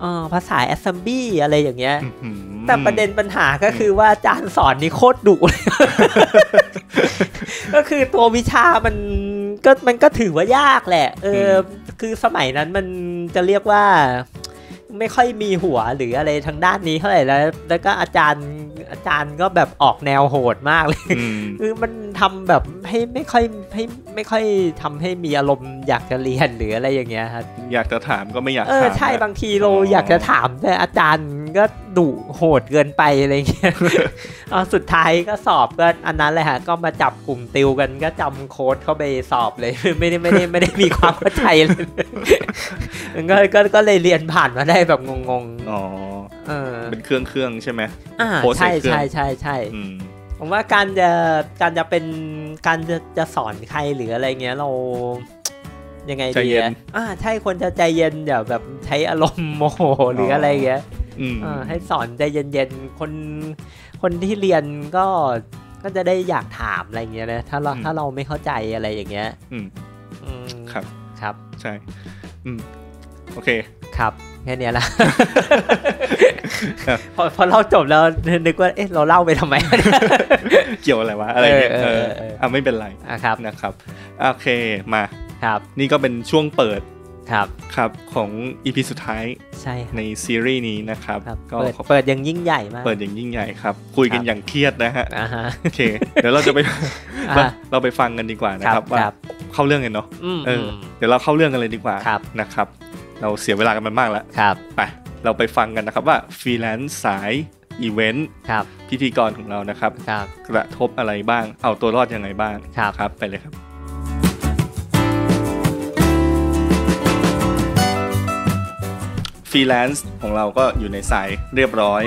Speaker 2: เอ่อภาษาแอสซัมบลีอะไรอย่างเงี้ย
Speaker 1: อื้อหือ
Speaker 2: แต่ประเด็นปัญหาก็คือว่าอาจารย์สอนนี่โคตรดุเลย ก็คือตัววิชามันก็มันก็ถือว่ายากแหละ เอออคือสมัยนั้นมันจะเรียกว่า ไม่ค่อยมีหัวหรืออะไรทางด้านนี้เท่าไหร่แล้ว แล้วก็อาจารย์อาจารย์ก็แบบออกแนวโหดมากเลย
Speaker 1: อืม
Speaker 2: คือมันทำแบบให้ไม่ค่อยให้ไม่ค่อยทำให้มีอารมณ์อยากจะเรียนหรืออะไรอย่างเงี้ยครับ
Speaker 1: อยากจะถามก็ไม่อยาก
Speaker 2: เออ
Speaker 1: ถาม
Speaker 2: ใช่
Speaker 1: นะ
Speaker 2: บางทีเรา
Speaker 1: อ๋อ
Speaker 2: อ
Speaker 1: อ
Speaker 2: ยากจะถามแต่อาจารย์ก็ดุโหดเกินไปอะไรเงี้ย เอาสุดท้ายก็สอบก็อันนั้นเลยฮะ ก็มาจับกลุ่มติวกันก็จำโค้ดเข้าไปสอบเลย ไม่ได้ไม่ได้ไม่ได้มีความเข้าใจเลย ก็ก็ก็เลยเรียนผ่านมาได้แบบงง
Speaker 1: อ๋อ
Speaker 2: ๆเออ
Speaker 1: เป็นเครื่องเครื่องๆใช่ไหม
Speaker 2: อ่า
Speaker 1: โพสต์
Speaker 2: ใช่
Speaker 1: ในเครื่อง
Speaker 2: ใช่ใช่ใช่
Speaker 1: อืม
Speaker 2: ผมว่าการจะการจะเป็นการจะจะสอนใครหรืออะไรเงี้ยเรา ยังไง
Speaker 1: ใจ
Speaker 2: ดี
Speaker 1: เย็น
Speaker 2: อะอ่าใช่ควรจะใจเย็นอย่าแบบใช้อารมณ์โมโหหรือ
Speaker 1: ออ
Speaker 2: อะไรเงี้ย
Speaker 1: อืม
Speaker 2: อ่าให้สอนใจเย็นๆคนคนที่เรียนก็ก็จะได้อยากถามอะไรเงี้ยนะถ้าเราถ้าเราไม่เข้าใจอะไรอย่างเงี้ย
Speaker 1: อืม
Speaker 2: อืม
Speaker 1: ครับ
Speaker 2: ครับ
Speaker 1: ใช่อืมโอเค
Speaker 2: ครับแค่เนี้ยละ พอพอเราจบแล้วนึกว่าเอ๊ะเราเล่าไปทำไม
Speaker 1: เกี่ยวอะไรวะอะไรเงี้ย
Speaker 2: เอ
Speaker 1: เออ
Speaker 2: อเออเออ
Speaker 1: อ่ะไม่เป็นไร
Speaker 2: อ่ะครับ
Speaker 1: นะครับโอเคมา
Speaker 2: ครับ
Speaker 1: นี่ก็เป็นช่วงเปิด
Speaker 2: ครับ
Speaker 1: ครับของอีพีสุดท้าย
Speaker 2: ใช่ครับ
Speaker 1: ในซีรีส์นี้นะครับ
Speaker 2: ครับ
Speaker 1: ก็
Speaker 2: เปิด
Speaker 1: ขอ
Speaker 2: เปิดอยังยิ่งใหญ่มาก
Speaker 1: เปิดอย่างยิ่งใหญ่ครับ คุยกัน
Speaker 2: ครับ
Speaker 1: อย่างเครียดนะฮะ
Speaker 2: อ่าฮะ
Speaker 1: โอเค เดี๋ยวเราจะไป
Speaker 2: อ่า
Speaker 1: เราเราไปฟังกันดีกว่านะครับว่า
Speaker 2: ครับ
Speaker 1: เข้าเรื่องกันเนาะ
Speaker 2: อืม
Speaker 1: เอออ
Speaker 2: ม
Speaker 1: เดี๋ยวเราเข้าเรื่องกันเลยดีกว่า
Speaker 2: ครับ
Speaker 1: นะครับ เราเสียเวลากันมามากแล้ว
Speaker 2: ครับ
Speaker 1: ไปเราไปฟังกันนะครับว่าฟรีแลนซ์สายอีเวนต์
Speaker 2: ครับ
Speaker 1: พิธีกรของเรานะครับ
Speaker 2: ครับ
Speaker 1: กระทบอะไรบ้าง เอาตัวรอดยังไงบ้าง
Speaker 2: ครับ
Speaker 1: ครับไปเลยครับ ฟรีแลนซ์ของเราก็อยู่ในสายเรียบร้อย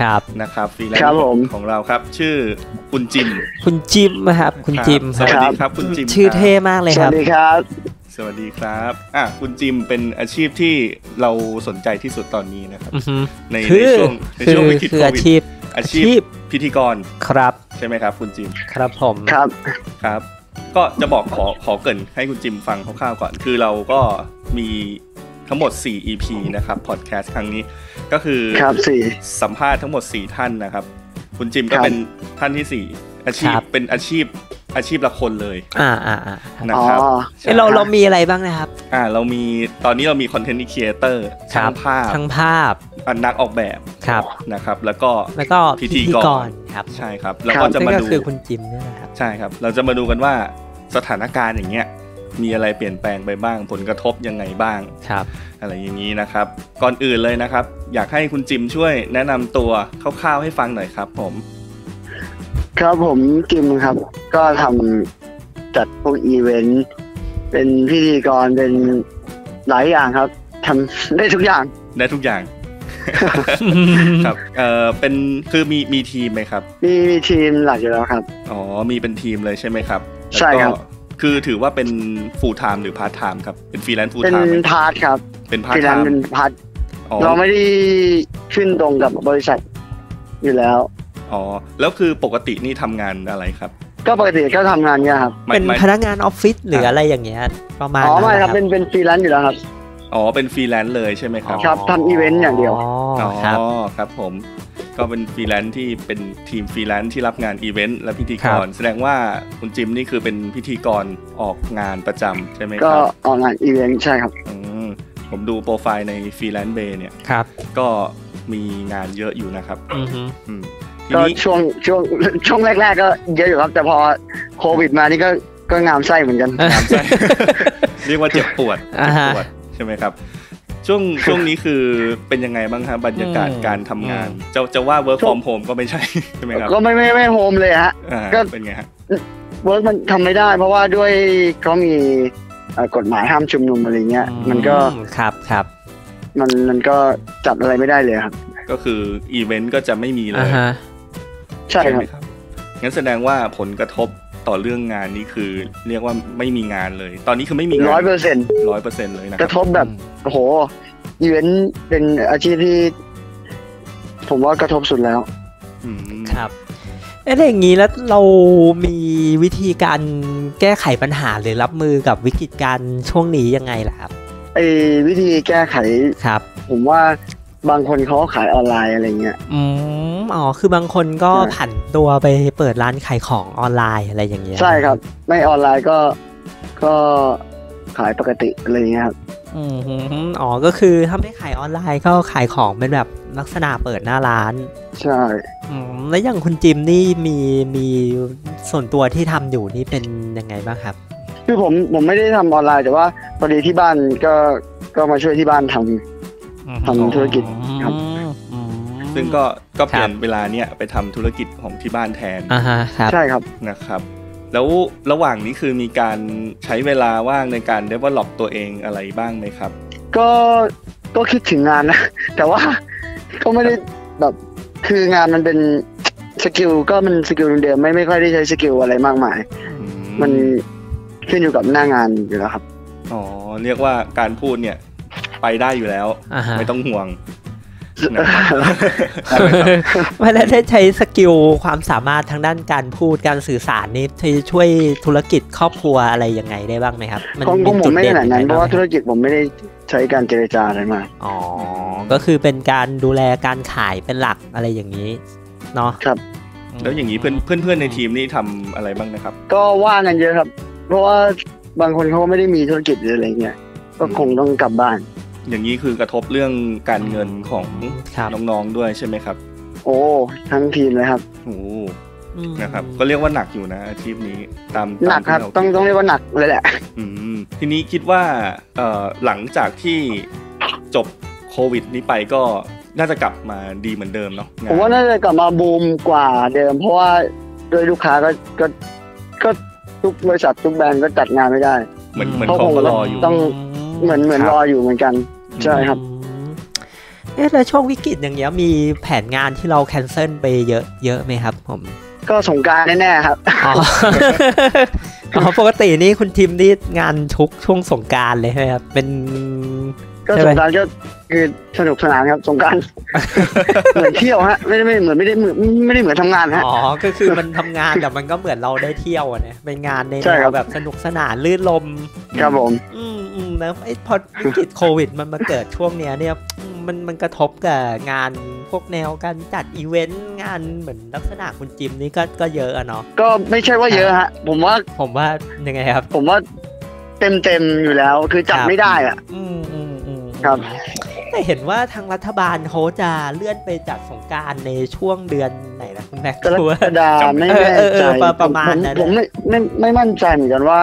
Speaker 2: ครับ
Speaker 1: นะครับ ฟรีแลนซ์
Speaker 4: ครับผม
Speaker 1: ของเราครับ ชื่อคุณจิม
Speaker 2: คุณจิมนะครับ คุณจิม
Speaker 1: สวัสดีครับคุณจิม
Speaker 2: ชื่อเท่
Speaker 1: ครับ
Speaker 2: มากเลย
Speaker 4: ส
Speaker 2: ค
Speaker 4: วั
Speaker 2: รับ
Speaker 4: สดีครับ
Speaker 1: สวัสดีครับอ่ะคุณจิมเป็นอาชีพที่เราสนใจที่สุดตอนนี้นะครับ
Speaker 2: อือฮึ
Speaker 1: ใน
Speaker 2: คื
Speaker 1: ใน
Speaker 2: อ
Speaker 1: ช่วงใน
Speaker 2: คือ
Speaker 1: ช่วงวิกฤต
Speaker 2: คือ
Speaker 1: โค
Speaker 2: อา
Speaker 1: วิด
Speaker 2: ชีพ
Speaker 1: อาชี
Speaker 2: อาชี
Speaker 1: พ
Speaker 2: พ
Speaker 1: พิธีกร
Speaker 2: ครับ
Speaker 1: ใช่ไหมครับ คุณจิม
Speaker 2: ครับผม
Speaker 4: ครับ
Speaker 1: ครับ ก็จะบอกขอขอเกรินให้คุณจิมฟังคร่าวๆก่อน คือเราก็มีทั้งหมด 4 EP นะครับ พอดแคสต์ครั้งนี้ ก็คือ
Speaker 4: ครับสี่
Speaker 1: สัมภาษณ์ทั้งหมด 4 ท่านนะครับ คุณจิมก็
Speaker 4: ครับ
Speaker 1: เป็นท่านที่ 4 อาชีพ
Speaker 2: ครับ
Speaker 1: เป็นอาชีพอาชีพละคนเลย
Speaker 2: อ่าอ่าอ่า
Speaker 1: นะ
Speaker 4: อ๋อ
Speaker 1: ครับใช่
Speaker 2: เอ้ยเราเรามีอะไรบ้างนะครับ
Speaker 1: อ่าเรามีตอนนี้เรามีคอนเทนต์ครีเอเตอร์
Speaker 2: ครั
Speaker 1: ช่า
Speaker 2: บ
Speaker 1: งภาพ
Speaker 2: ทั้งภาพ
Speaker 1: อันนักออกแบบ
Speaker 2: ครับ
Speaker 1: นะครับ แล้วก็
Speaker 2: แล้วก็
Speaker 1: พิ
Speaker 2: พิ
Speaker 1: ธี
Speaker 2: ธี
Speaker 1: กร
Speaker 2: กรครับ
Speaker 1: ใช่ครับเรา
Speaker 4: ครั
Speaker 1: ก็
Speaker 4: บ
Speaker 1: จะ
Speaker 2: ซึ่ง
Speaker 1: มา
Speaker 2: ก็
Speaker 1: ดู
Speaker 2: คือคุณจิมเนี่ยนะครับ
Speaker 1: ใช่ครับ เราจะมาดูกันว่าสถานการณ์อย่างเงี้ยมีอะไรเปลี่ยนแปลงไปบ้าง ผลกระทบยังไงบ้าง
Speaker 2: ครับ
Speaker 1: อะไรอย่างนี้นะครับ ก่อนอื่นเลยนะครับ อยากให้คุณจิมช่วยแนะนำตัวคร่าวๆให้ฟังหน่อยครับ ผม
Speaker 4: ครับผมกิมครับ ก็ทำจัดพวกอีเวนต์ เป็นพิธีกร เป็นหลายอย่างครับทำได้ทุกอย่าง
Speaker 1: ได้ทุกอย่าง ครับเออเป็นคือมีมีทีมไหมครับ
Speaker 4: มีมีทีมหลักอยู่แล้วครับ
Speaker 1: อ๋อมีเป็นทีมเลยใช่ไหมครับ
Speaker 4: ใช่ครับ
Speaker 1: แล้วก็คือถือว่าเป็น full time หรือ part time ครับเป็นฟรีแลนซ์ full
Speaker 4: เป็น
Speaker 1: time ไหม
Speaker 4: พาร์ทครับ
Speaker 1: เป็น
Speaker 4: ฟ
Speaker 1: part
Speaker 4: รีแลนซ์
Speaker 1: time
Speaker 4: เป็นพาร์ท
Speaker 1: อ๋อ
Speaker 4: เราไม่ได้ขึ้นตรงกับบริษัทอยู่แล้ว
Speaker 1: อ๋อแล้วคือปกตินี่ทำงานอะไรครับ
Speaker 4: ก็ปกติก็ทำงานเนี่ยครับ
Speaker 1: หมาย
Speaker 2: เป็น
Speaker 1: หมาย
Speaker 2: พนักงานออฟฟิศหรืออะไรอย่างเงี้ย ประมาณ
Speaker 4: อ๋อไม่
Speaker 2: นั้น
Speaker 4: ครับ เป็นเป็นฟรีแลนซ์อยู่แล้วครับ
Speaker 1: อ๋อเป็นฟรีแลนซ์เลยใช่ไหมครับ
Speaker 4: ครับทำอีเวนต์อย่างเดียว
Speaker 2: อ๋อ
Speaker 1: อ๋อ
Speaker 2: ครับ
Speaker 1: ครับผมก็เป็นฟรีแลนซ์ที่เป็นทีมฟรีแลนซ์ที่รับงานอีเวนต์และพิธีกร แสดงว่าคุณจิมนี่คือเป็นพิธีกรออกงานประจำใช่ไหมค
Speaker 4: ก็
Speaker 1: รับ
Speaker 4: ออกงานอีเวนต์ใช่ครับ
Speaker 1: อืม ผมดูโปรไฟล์ในฟรีแลนซ์เบย์เนี่ย
Speaker 2: ครับ
Speaker 1: ก็มีงานเยอะอยู่นะครับ
Speaker 2: อือฮึ
Speaker 1: อืมที
Speaker 4: ก็
Speaker 1: นี้
Speaker 4: ช่วงช่วงช่วงแรก ๆ ก็เยอะอยู่ครับ แต่พอโควิดมานี่ก็ก็งามไส้เหมือนกัน
Speaker 1: ตามใจ เรียกว่าเจ็บปวด
Speaker 2: อ่า
Speaker 1: เจ็บ
Speaker 2: ฮะ
Speaker 1: ปวดใช่ไหมครับ ช่วงช่วงนี้คือเป็นยังไงบ้างครับบรรยากาศ
Speaker 3: อืม
Speaker 1: การทำงาน จะจะว่า work from home ก็ไม่ใช่ ใช่ไหมครับ
Speaker 4: ก็ไม่ไม่ไม่โฮมเลยฮะ
Speaker 1: อ่า
Speaker 4: ก็
Speaker 1: เป็นไงฮะ
Speaker 4: เวิร์กมันทำไม่ได้ เพราะว่าด้วยเขามีเอ่อกฎหมายห้ามชุมนุมอะไรเงี้ย มันก็
Speaker 2: อืมครับครับ
Speaker 4: มันมันก็จัดอะไรไม่ได้เลยครับ
Speaker 1: ก็คืออีเวนต์ก็จะไม่มีเล
Speaker 2: อ่าย ฮะ
Speaker 4: ใช่ครับ
Speaker 1: มงั้นแสดงว่าผลกระทบต่อเรื่องงานนี้คือเรียกว่าไม่มีงานเลย ตอนนี้คือไม่มีงาน
Speaker 4: ร้อยเปอร์เซ็นต์
Speaker 1: ร้อยเปอร์เซ็นต์เลยนะค
Speaker 4: กระ
Speaker 1: รับ
Speaker 4: ทบแบบโอ้โหอีเวนต์เป็นอาชีพที่ ผมว่ากระทบสุดแล้ว
Speaker 1: อืม
Speaker 2: ครับเอ๊ะแล้วอย่างนี้แล้วเรามีวิธีการแก้ไขปัญหาหรือรับมือกับวิกฤตการณ์ช่วงนี้ยังไงล่ะครับ
Speaker 4: ไอ้วิธีแก้ไข
Speaker 2: ครับ
Speaker 4: ผมว่าบางคนเขาขายออนไลน์อะไรเงี้ย
Speaker 2: อืมอ๋อ คือบางคนก็
Speaker 4: ใช่
Speaker 2: ผันตัวไปเปิดร้านขายของออนไลน์อะไรอย่างเงี้ย
Speaker 4: ใช่ครับ ไม่ออนไลน์ก็ก็ขายปกติอะไรเงี้ยครับ
Speaker 2: อืมอ๋อ ก็คือถ้าไม่ขายออนไลน์ก็ขายของเป็นแบบลักษณะเปิดหน้าร้าน
Speaker 4: ใช่
Speaker 2: อืมแล้วอย่างคุณจิมนี่มีมีส่วนตัวที่ทำอยู่นี่เป็นยังไงบ้างครับ
Speaker 4: คือผมผมไม่ได้ทำออนไลน์ แต่ว่าพอดีที่บ้านก็ก็มาช่วยที่บ้านทำ ทำธุรกิจครับ
Speaker 2: อืม
Speaker 1: ซึ่งก็ก็เปลี่ยน
Speaker 2: ครับ
Speaker 1: เวลาเนี้ยไปทำธุรกิจของที่บ้านแทน
Speaker 2: อ่าฮะครับ
Speaker 4: ใช่ครับ
Speaker 1: นะครับ แล้วระหว่างนี้คือมีการใช้เวลาว่างในการ develop ตัวเองอะไรบ้างไหมครับ
Speaker 4: ก็ก็คิดถึงงานนะ แต่ว่าก็ไม่ได้แบบคืองานมันเป็นสกิลก็มันสกิลเดิมๆไม่ไม่ค่อยได้ใช้สกิลอะไรมากมาย
Speaker 1: อื
Speaker 4: มันขึ้นอยู่กับหน้างานอยู่แล้วครับ
Speaker 1: อ๋อเรียกว่าการพูดเนี่ยไปได้อยู่แล้ว
Speaker 2: อ่าฮะ
Speaker 1: ไม่ต้องห่วงนะครับ
Speaker 2: ไม่ได้ได้ใช้สกิลความสามารถทางด้านการพูดการสื่อสารนี้ที่ช่วยธุรกิจครอบครัวอะไรยังไงได้บ้างไหมครับ
Speaker 4: ของของผมไม่ขนาดนั้นเพ
Speaker 2: ยังไง
Speaker 4: ราะ
Speaker 2: บ้
Speaker 4: ว่าง ธุรกิจผมไม่ได้ใช้การเจรจาอะไรมาก
Speaker 2: อ๋อ ก็คือเป็นการดูแลการขายเป็นหลักอะไรอย่างนี้เนาะ
Speaker 4: ครับ
Speaker 1: แล้วอย่างนี้เพื่อนเพื่อนเพื่อนๆในทีมนี่ทำอะไรบ้างนะครับ
Speaker 4: ก็ว่างกันเยอะครับ เพราะว่าบางคนเขาก็ไม่ได้มีธุรกิจหรืออะไรเงี้ยก็คงต้องกลับบ้าน
Speaker 1: อย่างนี้คือกระทบเรื่องการเงินของ
Speaker 2: ครับ
Speaker 1: น้องๆด้วยใช่ไหมครับ
Speaker 4: โอ้ทั้งทีมเลยครับ
Speaker 1: โอ้โห
Speaker 2: อืม
Speaker 1: นะครับ ก็เรียกว่าหนักอยู่นะอาชีพนี้ตาม
Speaker 4: หนั
Speaker 1: ตาก ม
Speaker 4: ค
Speaker 1: ที่
Speaker 4: รับ
Speaker 1: เรา
Speaker 4: ต้องต้องเรียกว่าหนักเลยแหละ
Speaker 1: อืมทีนี้คิดว่าเอ่อหลังจากที่จบโควิดนี้ไปก็น่าจะกลับมาดีเหมือนเดิมเนาะง
Speaker 4: ผมว่าน่าจะกลับมาบูมกว่าเดิม เพราะว่าโดวยลูกค้าก็ก็ก็ทุกบริษัททุกแบรนด์ก็จัดงานไม่ได้
Speaker 1: เหมือนเหมือน
Speaker 4: เพราะ
Speaker 1: เขาก็
Speaker 4: ผม
Speaker 1: รออยู่
Speaker 4: ต้อง เหมือนเหมือน
Speaker 1: ครับ
Speaker 4: รออยู่เหมือนกัน ใช่ครับ
Speaker 2: อืมเอ๊ะแล้วช่วงวิกฤตอย่างเงี้ยมีแผนงานที่เราแคนเซิลไปเยอะเยอะไหมครับผม
Speaker 4: ก็สงกรารแน่ๆครับ
Speaker 2: อ๋อ อ๋ อปกตินี่คุณทีมนี่งานทุกช่วงสงกรารเลยใช่ไหมครับ เป็น
Speaker 4: ก็
Speaker 2: ใช่
Speaker 4: ส
Speaker 2: ไหม
Speaker 4: งกรารก็คือสนุกสนานครับสงกราร เหมือนเที่ยวฮะไม่ได้ไม่เหมือนไม่ได้เหมือนไม่ได้เหมือนทำงานฮะ
Speaker 2: อ๋อ ก็คือมันทำงานแต่มันก็เหมือนเราได้เที่ยวอะนะเป็นงานใน
Speaker 4: ใช่
Speaker 2: แน
Speaker 4: ครั
Speaker 2: ว
Speaker 4: บ
Speaker 2: แบบสนุกสนานลื่นลม
Speaker 4: ครับผม
Speaker 2: อืมอืมนะไอ้พอวิกฤตโควิดมันมาเกิดช่วงเนี้ยเนี่ยอืมมันมันกระทบกับงานพวกแนวการจัดอีเวนต์งานเหมือนลักษณะคุณจิมนี่ก็ก็เยอะอะเนาะ
Speaker 4: ก็ไม่ใช่ว่าเยอะฮะ ผมว่า
Speaker 2: ผมว่ายังไงครับ
Speaker 4: ผมว่าเต็มเต็มๆอยู่แล้วคือจัด
Speaker 2: ครับ
Speaker 4: ไม่ได้อะ
Speaker 2: อืมอืมอืมอืม
Speaker 4: ครับ
Speaker 2: แต่เห็นว่าทางรัฐบาลเขาจะเลื่อนไปจัดสงกรารในช่วงเดือนไหนนะคุณแม็กซ์
Speaker 4: กร
Speaker 2: ตัว
Speaker 4: กฎาคมไม่แน่
Speaker 2: เออเออ
Speaker 4: ใจ
Speaker 2: เออประประมาณ
Speaker 4: ผม
Speaker 2: นั้น
Speaker 4: ผมไม่ไม่ไม่มั่นใจเหมือนกันว่า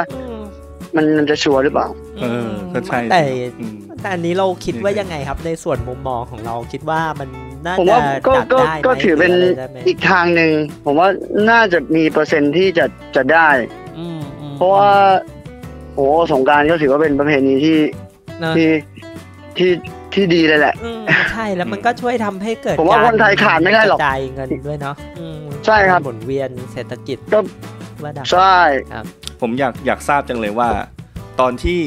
Speaker 4: มันมันจะชัวร์หรือเปล่า
Speaker 1: เออก็ใช่
Speaker 2: แต่
Speaker 1: อืม
Speaker 2: แต่อันนี้เราคิดว่ายังไงครับ ในส่วนมุมมองของเราคิดว่ามันน่า
Speaker 4: ผม
Speaker 2: จะ
Speaker 4: ว่าก็
Speaker 2: จัด
Speaker 4: ก็
Speaker 2: ได้ไหม
Speaker 4: ก็ถือเป็น
Speaker 2: หรืะไรได้ไหม
Speaker 4: อีกทางหนึ่งผมว่าน่าจะมีเปอร์เซ็นต์ที่จะจะได้
Speaker 2: อืมอืม
Speaker 4: เพราะว่าโอ้สงกรารก็ถือว่าเป็นประเพณีที่
Speaker 2: เนอะ
Speaker 4: ที่ที่ที่ดีเลยแหละ
Speaker 2: อืมใช่แล้วมันก็ช่วยทำให้เกิด
Speaker 4: ผมว่าก
Speaker 2: ร
Speaker 4: คนไทยขาดไม่ได้หรอก
Speaker 2: กระจายเงินด้วยเนาะอืม
Speaker 4: ใช่ครับ
Speaker 2: กาหมุนเวียนเศรษฐกิจ
Speaker 4: ก็
Speaker 2: ว่าดัง
Speaker 4: ใช่
Speaker 1: ผมอยากอยากทราบจังเลยว่า ตอนที่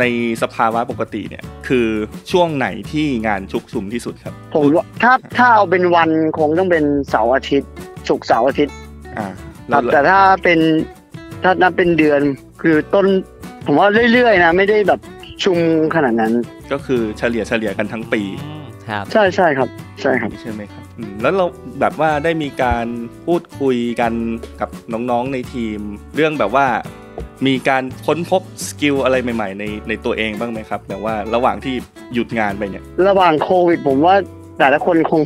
Speaker 1: ในสภาวะปกติเนี่ย คือช่วงไหนที่งานชุกชุมที่สุดครับ
Speaker 4: ผมว่าถ้าถ้าเอาเป็นวันคงต้องเป็นเสาร์อาทิตย์ศุกร์เสาร์อาทิตย์
Speaker 1: อ่า
Speaker 4: ค
Speaker 1: แล้
Speaker 4: รั
Speaker 1: ว
Speaker 4: บแต่ถ้าเป็นถ้านับเป็นเดือนคือต้น ผมว่าเรื่อยๆนะไม่ได้แบบชุมขนาดนั้น
Speaker 1: ก็คือเฉลี่ยเฉลี่ยกันทั้งปี
Speaker 2: อืมครับ
Speaker 4: ใช่ใช่ครับ ใช่ครับ
Speaker 1: ใช่ไหมครับอืมแล้วเราแบบว่าได้มีการพูดคุยกันกับน้องๆในทีม เรื่องแบบว่า มีการค้นพบสกิลอะไรใหม่ ๆ ในในตัวเองบ้างไหมครับแบบว่าระหว่างที่หยุดงานไปเนี่ย
Speaker 4: ระหว่างโควิด ผมว่าแต่ละคนคง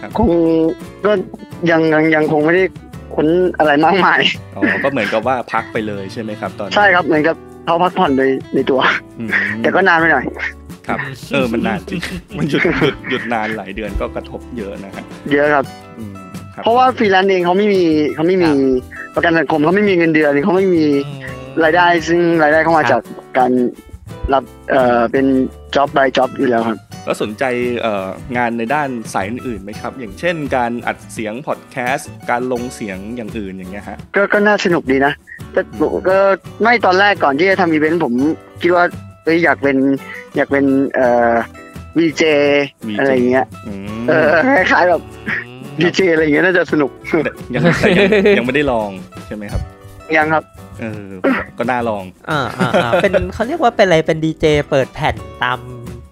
Speaker 1: ครับ
Speaker 4: คงก็ยังยังยังคงไม่ได้ค้นอะไรมากมาย
Speaker 1: อ๋อ ก็เหมือนกับว่าพักไปเลยใช่ไหมครับตอนนั้น
Speaker 4: ใช่ครับเหมือนกับเขาพักผ่อนโดยในตัว
Speaker 1: อืม
Speaker 4: แต่ก็นานไปหน่อย
Speaker 1: ครับเออมันนานจริ ง มันหยุดหยุดหยุดนานหลายเดือนก็กระทบเยอะนะฮะ
Speaker 4: เยอะครับ
Speaker 1: อืมคบ
Speaker 4: เพราะว่าฟรีแลนซ์เองเขาไม่มีเขาไม่มีประกันสังคมเขาไม่มีเงินเดือนเขาไม่มีรายได้ซึ่งรายได้เข้ามา
Speaker 2: ครับ
Speaker 4: จากการรับเอ่อเป็น job by job อยู่แล้วครับ
Speaker 1: แล้วสนใจเอ่องานในด้านสายอื่นๆไหมครับ อย่างเช่นการอัดเสียงพอดแคสต์การลงเสียงอย่างอื่นอย่างเงี้ยฮะ
Speaker 4: ก็ก็น่าสนุกดีนะแต่
Speaker 1: อืม
Speaker 4: ก็ไม่ตอนแรกก่อนที่จะทำอีเวนต์ผมคิดว่าเอ้ยอยากเป็นอยากเป็นเอ่อวีเจอะไรอย่างเงี้ย
Speaker 1: อืม
Speaker 4: เออคล้ายๆแบบวีเจอะไรอย่างเงี้ยน่าจะสนุก
Speaker 1: ยังแต่ยังยังไม่ได้ลองใช่ไหมครับ
Speaker 4: ยังครับ
Speaker 1: เออก็น่าลอง
Speaker 2: อ่าอ่าอ่าเป็นเขาเรียกว่าเป็นอะไรเป็นดีเจเปิดแผ่นตาม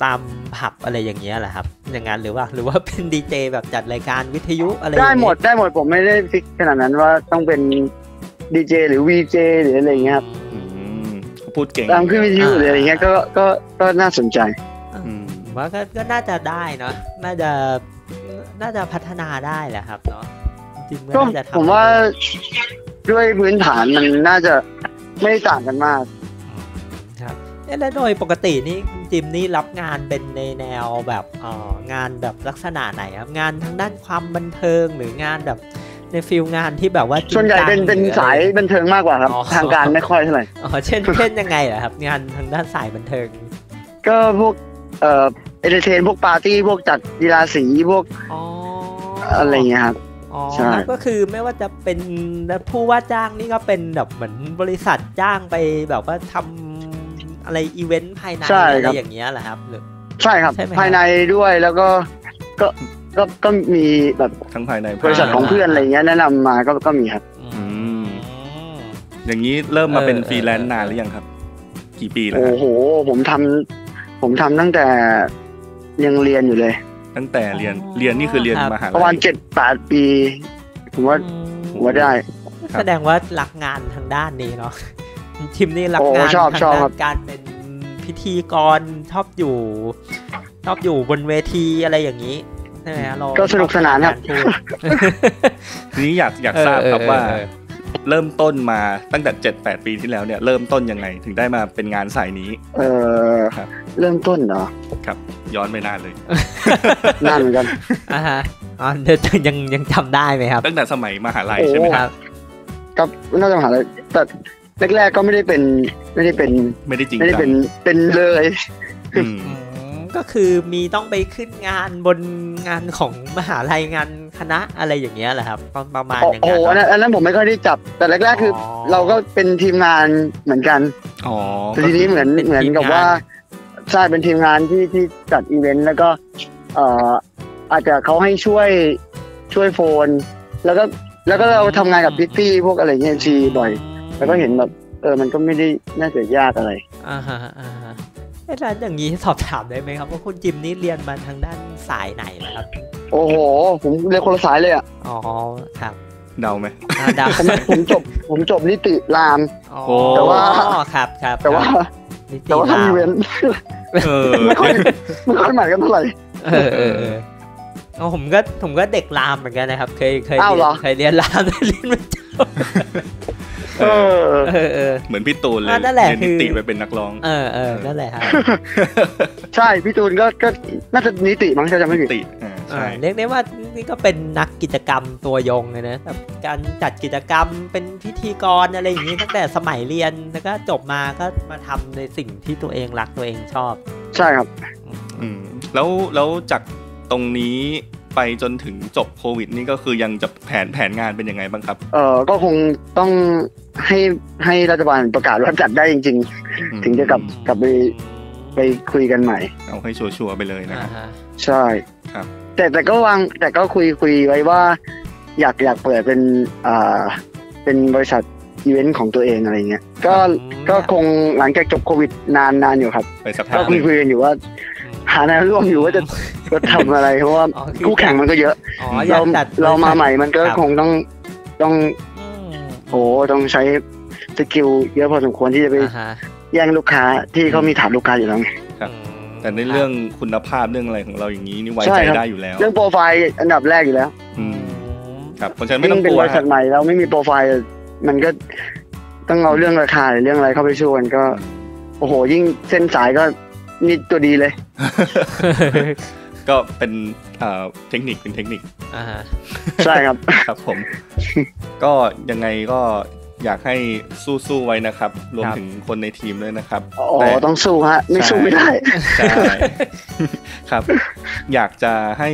Speaker 2: ตามผับอะไรอย่างเงี้ยเหรอครับ อย่างนั้นหรือว่าหรือว่าเป็นดีเจแบบจัดรายการวิทยุอะไรอย่าง
Speaker 4: ได้
Speaker 2: เงี้ย
Speaker 4: หมดได้หมดผมไม่ได้ฟิกขนาดนั้นว่าต้องเป็นดีเจหรือวีเจหรืออะไรอย่างเงี้ยครับ
Speaker 1: อืมเขาพูดเก่ง
Speaker 4: ตามขึ้นวิทยุหรืออะไรอย่างเงี้ยก็ก็ก็น่าสนใจ
Speaker 1: อืม
Speaker 2: ผมว่าก็ก็น่าจะได้เนาะน่าจะน่าจะพัฒนาได้แหละครับเนาะจริงๆ
Speaker 4: ก็
Speaker 2: ก็น่าจะทำ
Speaker 4: ผมว่าด้วยพื้นฐานมันน่าจะไม่ต่างกันมาก
Speaker 2: ครับเอ๊ะแล้วโดยปกตินี่คุณจิมนี่รับงานเป็นในแนวแบบเอ่องานแบบลักษณะไหนครับงานทางด้านความบันเทิงหรืองานแบบในฟิลงานที่แบบว่าจริง
Speaker 4: ส่วนใหญ่
Speaker 2: จัง
Speaker 4: เป็นเป็น
Speaker 2: หรืออะไร
Speaker 4: สายบันเทิงมากกว่าครับ
Speaker 2: อ๋อ
Speaker 4: ทางการไม่ค่อยเท่าไหร่
Speaker 2: อ๋อเช่น เช่นยังไงเหรอครับ งานทางด้านสายบันเทิง
Speaker 4: ก็พวกเอ่อเอนเตอร์เทนพวกปาร์ตี้พวกจัดกีฬาสีพวก
Speaker 2: อ๋อ
Speaker 4: อะไรอย่างเงี้ยครับ
Speaker 2: อ๋อ
Speaker 4: ใช่
Speaker 2: ก็คือไม่ว่าจะเป็นผู้ว่าจ้างนี่ก็เป็นแบบเหมือนบริษัทจ้างไปแบบว่าทำอะไรอีเวนต์ภายใน
Speaker 4: ใช่
Speaker 2: อะไร
Speaker 4: ครับ
Speaker 2: อย่างเงี้ยเหรอครับหรือ
Speaker 4: ใช่ครับ
Speaker 2: ใช่ไหมครับ
Speaker 4: ภายในด้วยแล้วก็ก็ก็ก็มีแบบ
Speaker 1: ทั้งภายใน
Speaker 4: บริษัทของเพื่อนอะไรอย่างเงี้ยแนะนำมาก็ก็มีครับ
Speaker 1: อืมอย่างนี้เริ่มมาเป็นฟรีแลนซ์นานหรือยังครับ กี่ปีแล้ว
Speaker 4: โอ้
Speaker 1: ฮะ
Speaker 4: โห ผมทำผมทำตั้งแต่ยังเรียนอยู่เลย
Speaker 1: ตั้งแต่เรียนเรียนนี่คือเรียน
Speaker 2: ครับ
Speaker 1: มหาลัย
Speaker 4: ประมาณเจ็ดแปดปี ผมว่า
Speaker 2: อืม
Speaker 4: ผมว่าได้
Speaker 1: ครับ
Speaker 2: แสดงว่ารักงานทางด้านนี้เนาะ ทิมนี่รัก
Speaker 4: โอ้
Speaker 2: งาน
Speaker 4: ชอบ
Speaker 2: ทาง
Speaker 4: ชอบ
Speaker 2: ด้า
Speaker 4: ครั
Speaker 2: น
Speaker 4: บ
Speaker 2: การเป็นพิธีกรชอบอยู่ ชอบอยู่บนเวทีอะไรอย่างนี้ใช่ไหมฮะเรา
Speaker 4: ก็สนุกสนานครับ
Speaker 2: ชอกพูด
Speaker 1: ทีนี้อยากอยาก
Speaker 3: เออ
Speaker 1: ทราบครับ
Speaker 3: เออ
Speaker 1: ว่า
Speaker 3: เออ
Speaker 1: เริ่มต้นมาตั้งแต่ 7 8 ปีที่แล้วเนี่ยเริ่มต้นยังไงถึงได้มาเป็นงานสายนี้
Speaker 4: เออ
Speaker 1: ครับ
Speaker 4: เริ่มต้นเนาะ
Speaker 1: ย้อนไปนานเลย
Speaker 4: นานเหมือนกัน
Speaker 2: อ่าฮะอ๋ อเดี๋ยวยังยังจำได้ไหมครับ
Speaker 1: ตั้งแต่สมัยมหาลัยใช่ไหม
Speaker 4: โอ้
Speaker 1: ครับ
Speaker 4: ครับน่าจะมหาลัยแต่แรกๆก็ไม่ได้เป็นไม่ได้เป็น
Speaker 1: ไม่ได้จริง
Speaker 4: ไม่ได้
Speaker 1: จั
Speaker 4: เป็
Speaker 1: ง
Speaker 4: นเป็นเลย
Speaker 1: อื ม
Speaker 2: ก็คือมีต้องไปขึ้นงานบนงานของมหาลัยงานคณะอะไรอย่างเงี้ยเหรอครับประประมาณ
Speaker 4: โอ้
Speaker 2: อย่าง
Speaker 4: โห
Speaker 2: เงี้ย
Speaker 4: อันนั้นอันนั้นผมไม่ค่อยได้จับ แต่แรกๆคืออเราก็เป็นทีมงานเหมือนกัน
Speaker 1: อ๋อ
Speaker 4: แต่ทีนี้เหมือนเหมือนกับว่าใช่เป็นทีมงานที่ที่จัดอีเวนต์แล้วก็เอ่ออาจจะเขาให้ช่วยช่วยโฟน แล้วก็แล้วก็เราทำงานกับพิตตี้พวกอะไรเงี้ยชีบ่อย แล้วก็เห็นแบบเออมันก็ไม่ได้น่าจะยากอะไร
Speaker 2: อ่าฮะอ่าฮะเอ๊ะแล้วอย่างนี้สอบถามได้ไหมครับ ว่าคุณจิมนี่เรียนมาทางด้านสายไหนนะครับ
Speaker 4: โอ้โห ผมเรียนคนละสายเลยอ่ะ
Speaker 2: อ๋อครับ
Speaker 1: เดาไหม
Speaker 2: อ่า ดาว
Speaker 4: ผมผมจบผมจบนิติราม
Speaker 2: อ๋อ
Speaker 1: แต่ว่า
Speaker 2: ครับครับ
Speaker 4: แต่ว่า
Speaker 2: ครับนิติ
Speaker 4: แต่ว่าทำอีเว
Speaker 2: ราม
Speaker 4: นต์
Speaker 1: เออ
Speaker 4: ไม่ค่อยไม่ค่อยหมายกันเท่าไหร่
Speaker 2: เออเออเอออ๋อผมก็ผมก็เด็กรามเหมือนกันนะครับ เคยเคย
Speaker 4: อ้าวเหรอ
Speaker 2: เคยเรียนรามแต่เรียนไม่จบ
Speaker 1: เออ
Speaker 4: เออ
Speaker 2: เออเออ
Speaker 1: เหมือนพี่ตูนเลย
Speaker 2: อ่ะนั่นแหละ
Speaker 1: เรียนนิติ
Speaker 2: คือ
Speaker 1: ไปเป็นนักร้อง
Speaker 2: เออเออนั่นแหละครับ
Speaker 4: ใช่ พี่ตูนก็ก็น่าจะนิติมั้งถ้าจำไม่ผิด
Speaker 1: ติอ่าใช่
Speaker 2: อ่าเรียกได้ว่านี่ก็เป็นนักกิจกรรมตัวยงเลยนะแบบการจัดกิจกรรมเป็นพิธีกรอะไรอย่างนี้ตั้งแต่สมัยเรียนแล้วก็จบมาก็มาทำในสิ่งที่ตัวเองรักตัวเองชอบ
Speaker 4: ใช่ครับ
Speaker 1: อืมแล้วแล้วจากตรงนี้ไปจนถึงจบโควิด นี่ก็คือยังจะแผนแผนงานเป็นยังไงบ้างครับ
Speaker 4: เออก็คงต้องให้ให้รัฐบาลประกาศว่าจัดได้จริง
Speaker 1: อืม
Speaker 4: ถึงจะกลับ ไป ๆ ไปคุยกันใหม่
Speaker 1: เอาให้ชัวร์ๆไปเลยนะค
Speaker 2: อ่า
Speaker 1: รับ
Speaker 2: ฮะ
Speaker 4: ใช่
Speaker 1: ครับ
Speaker 4: แต่แต่ก็วางแต่ก็คุยคุยไว้ว่า อยากอยากเปิดเป็นอ่าเป็นบริษัทอีเวนต์ของตัวเองอะไรเงี้ย ก็ก็คงหลังจากจบโควิดนานนานอยู่ครับ
Speaker 1: ไปสักพั
Speaker 4: ก็
Speaker 1: กห
Speaker 4: คุ
Speaker 1: นึ่ง
Speaker 4: ยคุยกันอยู่ว่า หาแนวร่วมอยู่ว่าจะจะทำอะไร เพราะว่า
Speaker 2: อ๋ออ
Speaker 4: คู่แข่งมันก็เยอะ
Speaker 2: อ๋ออยา
Speaker 4: เรา
Speaker 2: กจัด
Speaker 4: เรามาใหม่มันก็
Speaker 2: ครับ
Speaker 4: คงต้องต้อง
Speaker 2: อืม
Speaker 4: โหต้องใช้ สกิลเยอะพอสมควรที่จะไป
Speaker 2: อ่าฮะ
Speaker 4: แย่งลูกค้าที่เขามีฐานลูกค้าอยู่แล้วไง
Speaker 1: ครับ
Speaker 3: อืม
Speaker 1: แต่ในเรื่องคุณภาพเรื่องอะไรของเราอย่างนี้นี่ไว้
Speaker 4: ใช่
Speaker 1: ใจ
Speaker 4: ครับ
Speaker 1: ได้อยู่แล้ว
Speaker 4: เรื่องโปรไฟล์อันดับแรกอยู่แล้ว
Speaker 1: อืม
Speaker 2: อืม
Speaker 1: ครับเพราะฉะนั้นไม่ต้อง
Speaker 4: ยิ่งเป็
Speaker 1: ก
Speaker 4: น
Speaker 1: ลัว
Speaker 4: บริษัทใหม่เราไม่มีโปรไฟล์มันก็ต้องเอาเรื่องราคาหรือเรื่องอะไรเข้าไปช่วยมันก็ โอ้โห ยิ่งเส้นสายก็นี่ตัวดีเลย
Speaker 1: ก็เป็นเอ่อเทคนิคเป็นเทคนิค
Speaker 2: อ่าฮะ
Speaker 4: ใช่ ครับ
Speaker 1: ครับผม ก็ยังไงก็อยากให้สู้ๆไว้นะครับ รวมถึงคนในทีมด้วยนะครับ
Speaker 4: อ๋อ
Speaker 1: แต่
Speaker 4: ต้องสู้ฮะ ไม่
Speaker 1: ใช่
Speaker 4: สู้ไม่ได้
Speaker 1: ใช่ ครับ อยากจะให้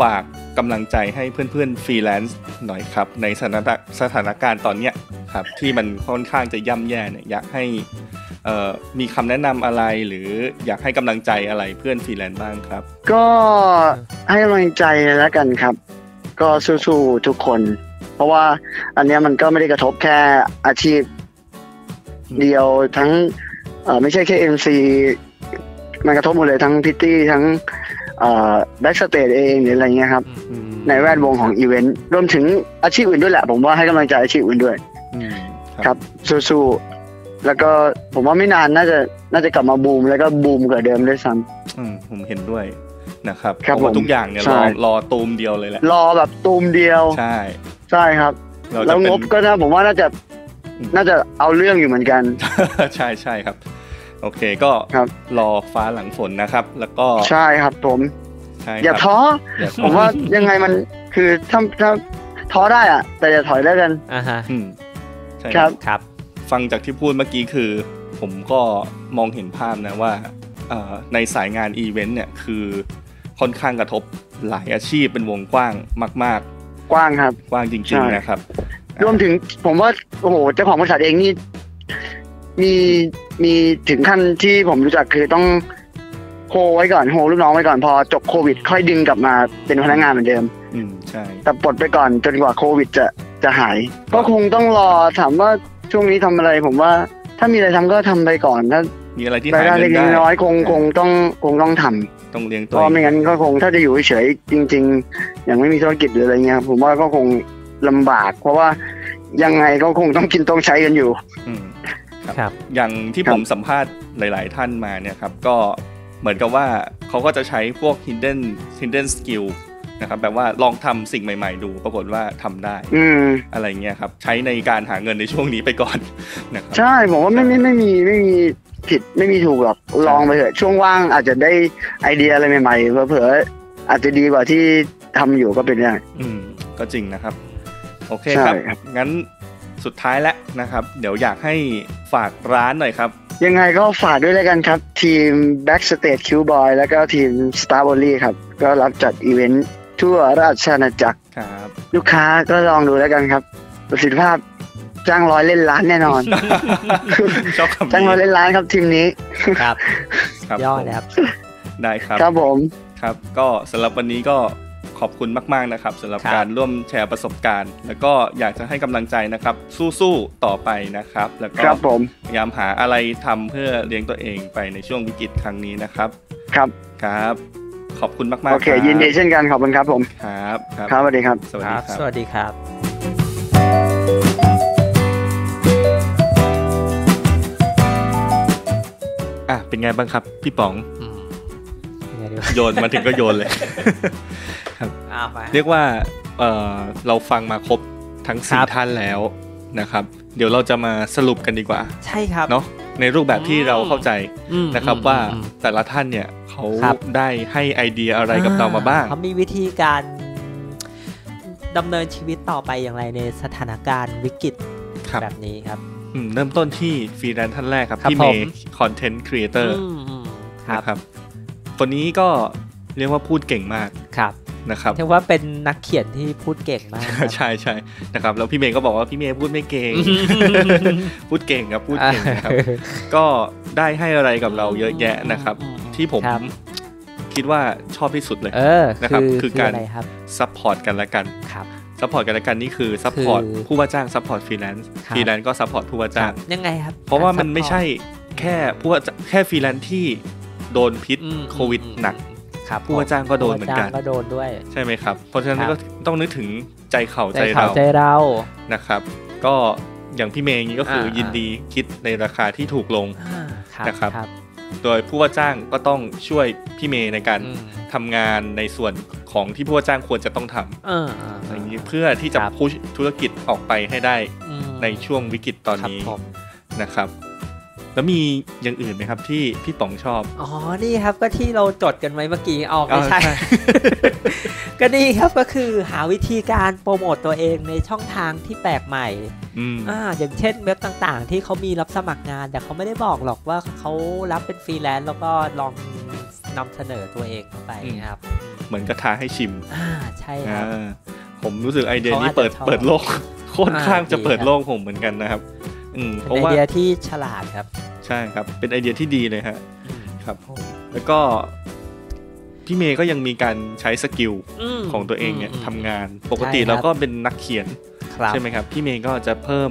Speaker 1: ฝากกำลังใจให้เพื่อนๆฟรีแลนซ์หน่อยครับ ในสถานสถานการณ์ตอนเนี้ยครับ ที่มันค่อนข้างจะย่ำแย่เนี่ยอยากให้เอ่อมีคำแนะนำอะไรหรืออยากให้กำลังใจอะไรเพื่อนฟรีแลนซ์บ้างครับ
Speaker 4: ก็ให้กำลังใจแล้วกันครับ ก็สู้ๆทุกคน เพราะว่าอันเนี้ยมันก็ไม่ได้กระทบแค่อาชีพ เดียวทั้งเอ่อไม่ใช่แค่เอ็มซีมันกระทบหมดเลยทั้งพิตตี้ทั้งแบ็กสเตจเองหรืออะไรเงี้ยครับ
Speaker 1: อืม
Speaker 4: ในแวดวงของอีเวนต์รวมถึงอาชีพอื่นด้วยแหละ ผมว่าให้กำลังใจอาชีพอื่นด้วย
Speaker 1: อืมครับ
Speaker 4: ครับสู้ๆแล้วก็ผมว่าไม่นานน่าจะน่าจะกลับมาบูม แล้วก็บูมกว่าเดิมด้วยซ้
Speaker 1: อืมผมเห็นด้วยนะครับ
Speaker 4: ครับ
Speaker 1: เพราะว่า
Speaker 4: ผม
Speaker 1: ทุกอย่างเนี่ย
Speaker 4: ใช่
Speaker 1: รอรอตูมเดียวเลยแหละ
Speaker 4: ำรอแบบตูมเดียว
Speaker 1: ใช่
Speaker 4: ใช่ครับ
Speaker 1: เราจะ
Speaker 4: แล้ว
Speaker 1: เป็น
Speaker 4: งบก็น่าผมว่าน่าจะ
Speaker 1: อืม
Speaker 4: น่าจะเอาเรื่องอยู่เหมือนกัน
Speaker 1: ใช่ใช่ครับ โอเคก็
Speaker 4: ครับ
Speaker 1: รอฟ้าหลังฝนนะครับ แล้วก็
Speaker 4: ใช่ครับผม
Speaker 1: ใช่
Speaker 4: อ
Speaker 1: ค
Speaker 4: ย่า
Speaker 1: รับ
Speaker 4: ท้อ
Speaker 1: อย่าท้อ
Speaker 4: ผมว่ายังไงมันคือถ้าถ้าท้อได้อะแต่อย่าถอยแล้วกัน
Speaker 2: อ่าฮะ
Speaker 1: อืมใช่
Speaker 4: ครับ
Speaker 2: ครับ
Speaker 1: ฟังจากที่พูดเมื่อกี้คือ ผมก็มองเห็นภาพนะว่าเอ่อในสายงานอีเวนต์เนี่ยคือค่อนข้างกระทบหลายอาชีพเป็นวงกว้างมาก
Speaker 4: กว้างครับ
Speaker 1: ๆ กว้างจ
Speaker 4: ใช่
Speaker 1: ริง ๆ นะครับ อ่าร ร
Speaker 4: วมถึงผมว่าโอ้โหเจ้าของบริษัทเองนี่มีมีถึงขั้นที่ผมรู้จักคือต้องโฮไว้ก่อนโฮลูกน้องไว้ก่อนพอจบโควิด ค่อยดึงกลับมาเป็นพนักงานเหมือนเดิม
Speaker 1: อืมใช่
Speaker 4: แต่ปลดไปก่อนจนกว่าโควิดจะจะหาย ก็คงต้องรอถามว่าช่วงนี้ทำอะไร ผมว่า ถ้ามีอะไรทำก็ทำไปก่อนถ้า
Speaker 1: มีอะไรที่
Speaker 4: รา
Speaker 1: หายยเงิ
Speaker 4: ได้เล็
Speaker 1: น
Speaker 4: ก
Speaker 1: ได้
Speaker 4: ๆน้อยๆคงคงต้องคงต้องทำ
Speaker 1: ต้องเลี้ยง
Speaker 4: เพ
Speaker 1: ตัวเอ
Speaker 4: ราะ
Speaker 1: ง
Speaker 4: ไม่งั้นก็คงถ้าจะอยู่เฉยๆจริง ๆ อย่างไม่มีธุรกิจหรืออะไรเงี้ยครับผมว่าก็คงลำบาก เพราะว่ายังไงก็คงต้องกินต้องใช้กันอยู่
Speaker 1: อืมครับ
Speaker 2: ครับ
Speaker 1: อย่างที่
Speaker 4: ครับ
Speaker 1: ผมสัมภาษณ์หลาย ๆ ท่านมาเนี่ยครับก็เหมือนกับว่าเขาก็จะใช้พวก hidden hidden skill นะครับแบบว่าลองทำสิ่งใหม่ ๆ ดูปรากฏว่าทำได้
Speaker 4: ืม
Speaker 1: อะไรเงี้ยครับ ใช้ในการหาเงินในช่วงนี้ไปก่อน นะครับ
Speaker 4: ใช่ผมว่าไม่ไม่ไม่มีไม่มีผิดไม่มีถูกหรอกลองไปเถอะช่วงว่างอาจจะได้ไอเดียอะไรใหม่ๆเผลอๆอาจจะดีกว่าที่ทำอยู่ก็เป็นได้
Speaker 1: อืมก็จริงนะครับ โอเค
Speaker 4: ใช่
Speaker 1: ครับ
Speaker 4: ครับ
Speaker 1: งั้นสุดท้ายแล้วนะครับ เดี๋ยวอยากให้ฝากร้านหน่อยครับ
Speaker 4: ยังไงก็ฝากด้วยแล้วกันครับ ทีม Backstage Q Boy แล้วก็ทีม Star b o l y ครับ ก็รับจัดอีเวนต์ทั่วราชอาณาจักร
Speaker 1: ครับ
Speaker 4: ลูกค้าก็ลองดูแล้วกันครับ ประสิทธิภาพจ้างร้อยเล่นล้านแน่นอน
Speaker 1: ชอบคำ
Speaker 4: จ้างร้อย
Speaker 1: นี้
Speaker 4: เล่นล้านครับทีมนี้
Speaker 2: ครับ
Speaker 1: ครับ
Speaker 2: ยอดนะครับ
Speaker 1: ได้ครับ
Speaker 4: ครับผม
Speaker 1: ครับก็สำหรับวันนี้ก็ขอบคุณมาก ๆ นะครับสำหรับ
Speaker 2: ครับ
Speaker 1: การร่วมแชร์ประสบการณ์ แล้วก็อยากจะให้กำลังใจนะครับ สู้ๆต่อไปนะครับ แล้วก็
Speaker 4: ครับผม
Speaker 1: พยายามหาอะไรทำเพื่อเลี้ยงตัวเองไปในช่วงวิกฤตครั้งนี้นะครับ
Speaker 4: ครับ
Speaker 1: ครับ ขอบคุณมากๆ
Speaker 4: โอเค
Speaker 1: ครับ
Speaker 4: ยินดีเช่นกันขอบคุณครับผม
Speaker 1: ครับครับ
Speaker 4: ครับสวัสดีครับ
Speaker 1: สวัส
Speaker 2: ค
Speaker 1: ดี
Speaker 2: รับ
Speaker 1: ครับ
Speaker 2: สวัสดีครับ
Speaker 1: อ่ะเป็นไงบ้างครับ พี่ป๋อง
Speaker 2: อืมยังไงดีวะ
Speaker 1: โยนมาถึงก็โยนเลย
Speaker 2: อ้าวไป
Speaker 1: เรียกว่าเอ่อเราฟังมาครบทั้งสี่
Speaker 2: ครับ
Speaker 1: ท่านแล้วนะครับ เดี๋ยวเราจะมาสรุปกันดีกว่า
Speaker 2: ใช่ครับ
Speaker 1: เนาะในรูปแบบที่เราเข้าใจ
Speaker 2: อืม
Speaker 1: นะครับ
Speaker 2: อืม
Speaker 1: ว่า
Speaker 2: อืม
Speaker 1: แต่ละท่านเนี่ยเขา
Speaker 2: ครับ
Speaker 1: ได้ให้ไอเดียอะไรกับเรามาบ้าง
Speaker 2: เขามีวิธีการดำเนินชีวิตต่อไปอย่างไรในสถานการณ์วิกฤต
Speaker 1: ครับ
Speaker 2: แบบนี้ครับ
Speaker 1: อืมเริ่มต้นที่ฟรีแลนซ์ท่านแรกครับ
Speaker 2: ครับ
Speaker 1: พี่เม
Speaker 2: ผม
Speaker 1: ย์คอนเทนต์ครีเอเตอร์
Speaker 2: มอืมครับ
Speaker 1: นะครับคนนี้ก็เรียกว่าพูดเก่งมาก
Speaker 2: ครับ
Speaker 1: นะครับ
Speaker 2: เรียกว่าเป็นนักเขียนที่พูดเก่งมากครับ
Speaker 1: ใช่ใช่นะครับ แล้วพี่เมย์ก็บอกว่าพี่เมย์พูดไม่เก่ง พูดเก่งครับพูดเก่งนะครับ ก็ได้ให้อะไรกับเราเยอะแยะนะครับ
Speaker 2: อืม
Speaker 1: ที่ผม
Speaker 2: ครับ
Speaker 1: คิดว่าชอบที่สุดเลย
Speaker 2: เออ
Speaker 1: นะครับ
Speaker 2: คือ
Speaker 1: คือการ
Speaker 2: อะไรครับ
Speaker 1: ซัพพอร์ตกันและกัน
Speaker 2: ครับ
Speaker 1: ซัพพอร์ตกันและกันนี่คือซัพพอร์ต
Speaker 2: คือ
Speaker 1: ผู้ว่าจ้างซัพพอร์ตฟรีแลนซ์
Speaker 2: ครับ
Speaker 1: ฟรีแลนซ์ก็ซัพพอร์ตผู้ว่าจ้าง
Speaker 2: ยังไงครับ
Speaker 1: เพราะว่ามัน
Speaker 2: ซัพพอต
Speaker 1: ไม่ใช่แค่ผู้ว่าจ้างแค่ฟรีแลนซ์ที่โดนพิษ
Speaker 2: อืม
Speaker 1: โควิดหนัก
Speaker 2: ครับ
Speaker 1: ผู้ว่าจ้างก็โดนเหมือนกัน
Speaker 2: ผู้ว่าจ้างก็โดนด้วย
Speaker 1: ใช่ไหมครับ เพราะฉะนั้
Speaker 2: ครั
Speaker 1: น
Speaker 2: บ
Speaker 1: ก็ต้องนึกถึงใจเขาใจ
Speaker 2: ข่า
Speaker 1: เรา
Speaker 2: วใจเรา
Speaker 1: นะครับ ก็ อย่างพี่เมย์อย่างนี้ก็คืออา ยินดีคิดในราคาที่ถูกลง
Speaker 2: อ่า
Speaker 1: นะครับ โดยผู้ว่าจ้างก็ต้องช่วยพี่เมย์ในการทำงานในส่วนของที่ผู้ว่าจ้างควรจะต้องทำ
Speaker 2: เออเออ
Speaker 1: อย่างนี้เพื่อที่จะ
Speaker 2: ครับ
Speaker 1: พุชธุรกิจออกไปให้ได้
Speaker 2: อืม
Speaker 1: ในช่วงวิกฤตตอน
Speaker 2: ครับ
Speaker 1: นี้
Speaker 2: ผม
Speaker 1: นะครับ แล้วมีอย่างอื่นไหมครับที่พี่ป๋องชอบ
Speaker 2: อ๋อนี่ครับก็ที่เราจดกันไว้เมื่อกี้อ๋อไม่ใช่
Speaker 1: อ๋อใช่
Speaker 2: ก็นี่ครับก็คือหาวิธีการโปรโมตตัวเองในช่องทางที่แปลกใหม่
Speaker 1: อืม
Speaker 2: อ่าอย่างเช่นเว็บต่างๆ ที่เขามีรับสมัครงาน แต่เขาไม่ได้บอกหรอกว่าเขารับเป็นฟรีแลนซ์แล้วก็ลองนำเสนอตัวเองเข้าไป
Speaker 1: อืม
Speaker 2: ครับ
Speaker 1: เหมือนกระทาให้ชิม
Speaker 2: อ่าใช่ครับ
Speaker 1: อ่าผมรู้สึกไอเดีย
Speaker 2: เขาอาจ
Speaker 1: นี้
Speaker 2: จะ
Speaker 1: เปิด
Speaker 2: ชอบ
Speaker 1: เปิดโลก ค่อนข้างจะ
Speaker 2: อ่าดี
Speaker 1: เปิด
Speaker 2: ครับ
Speaker 1: โลกผมเหมือนกันนะครับ อืมเพ
Speaker 2: เป็น
Speaker 1: ราะ
Speaker 2: ไอ
Speaker 1: ว่า
Speaker 2: เดียที่ฉลาดครับ
Speaker 1: ใช่ครับ เป็นไอเดียที่ดีเลยฮะ ครับ
Speaker 2: อืม
Speaker 1: แล้วก็พี่เมย์ก็ยังมีการใช้สกิล
Speaker 2: ม
Speaker 1: ของตัวเองเนี่ย
Speaker 2: ม
Speaker 1: ทำงาน ปกติเราก็เป็นนักเขียน
Speaker 2: ครับ
Speaker 1: ใช่ไหมครับ พี่เมย์ก็จะเพิ่ม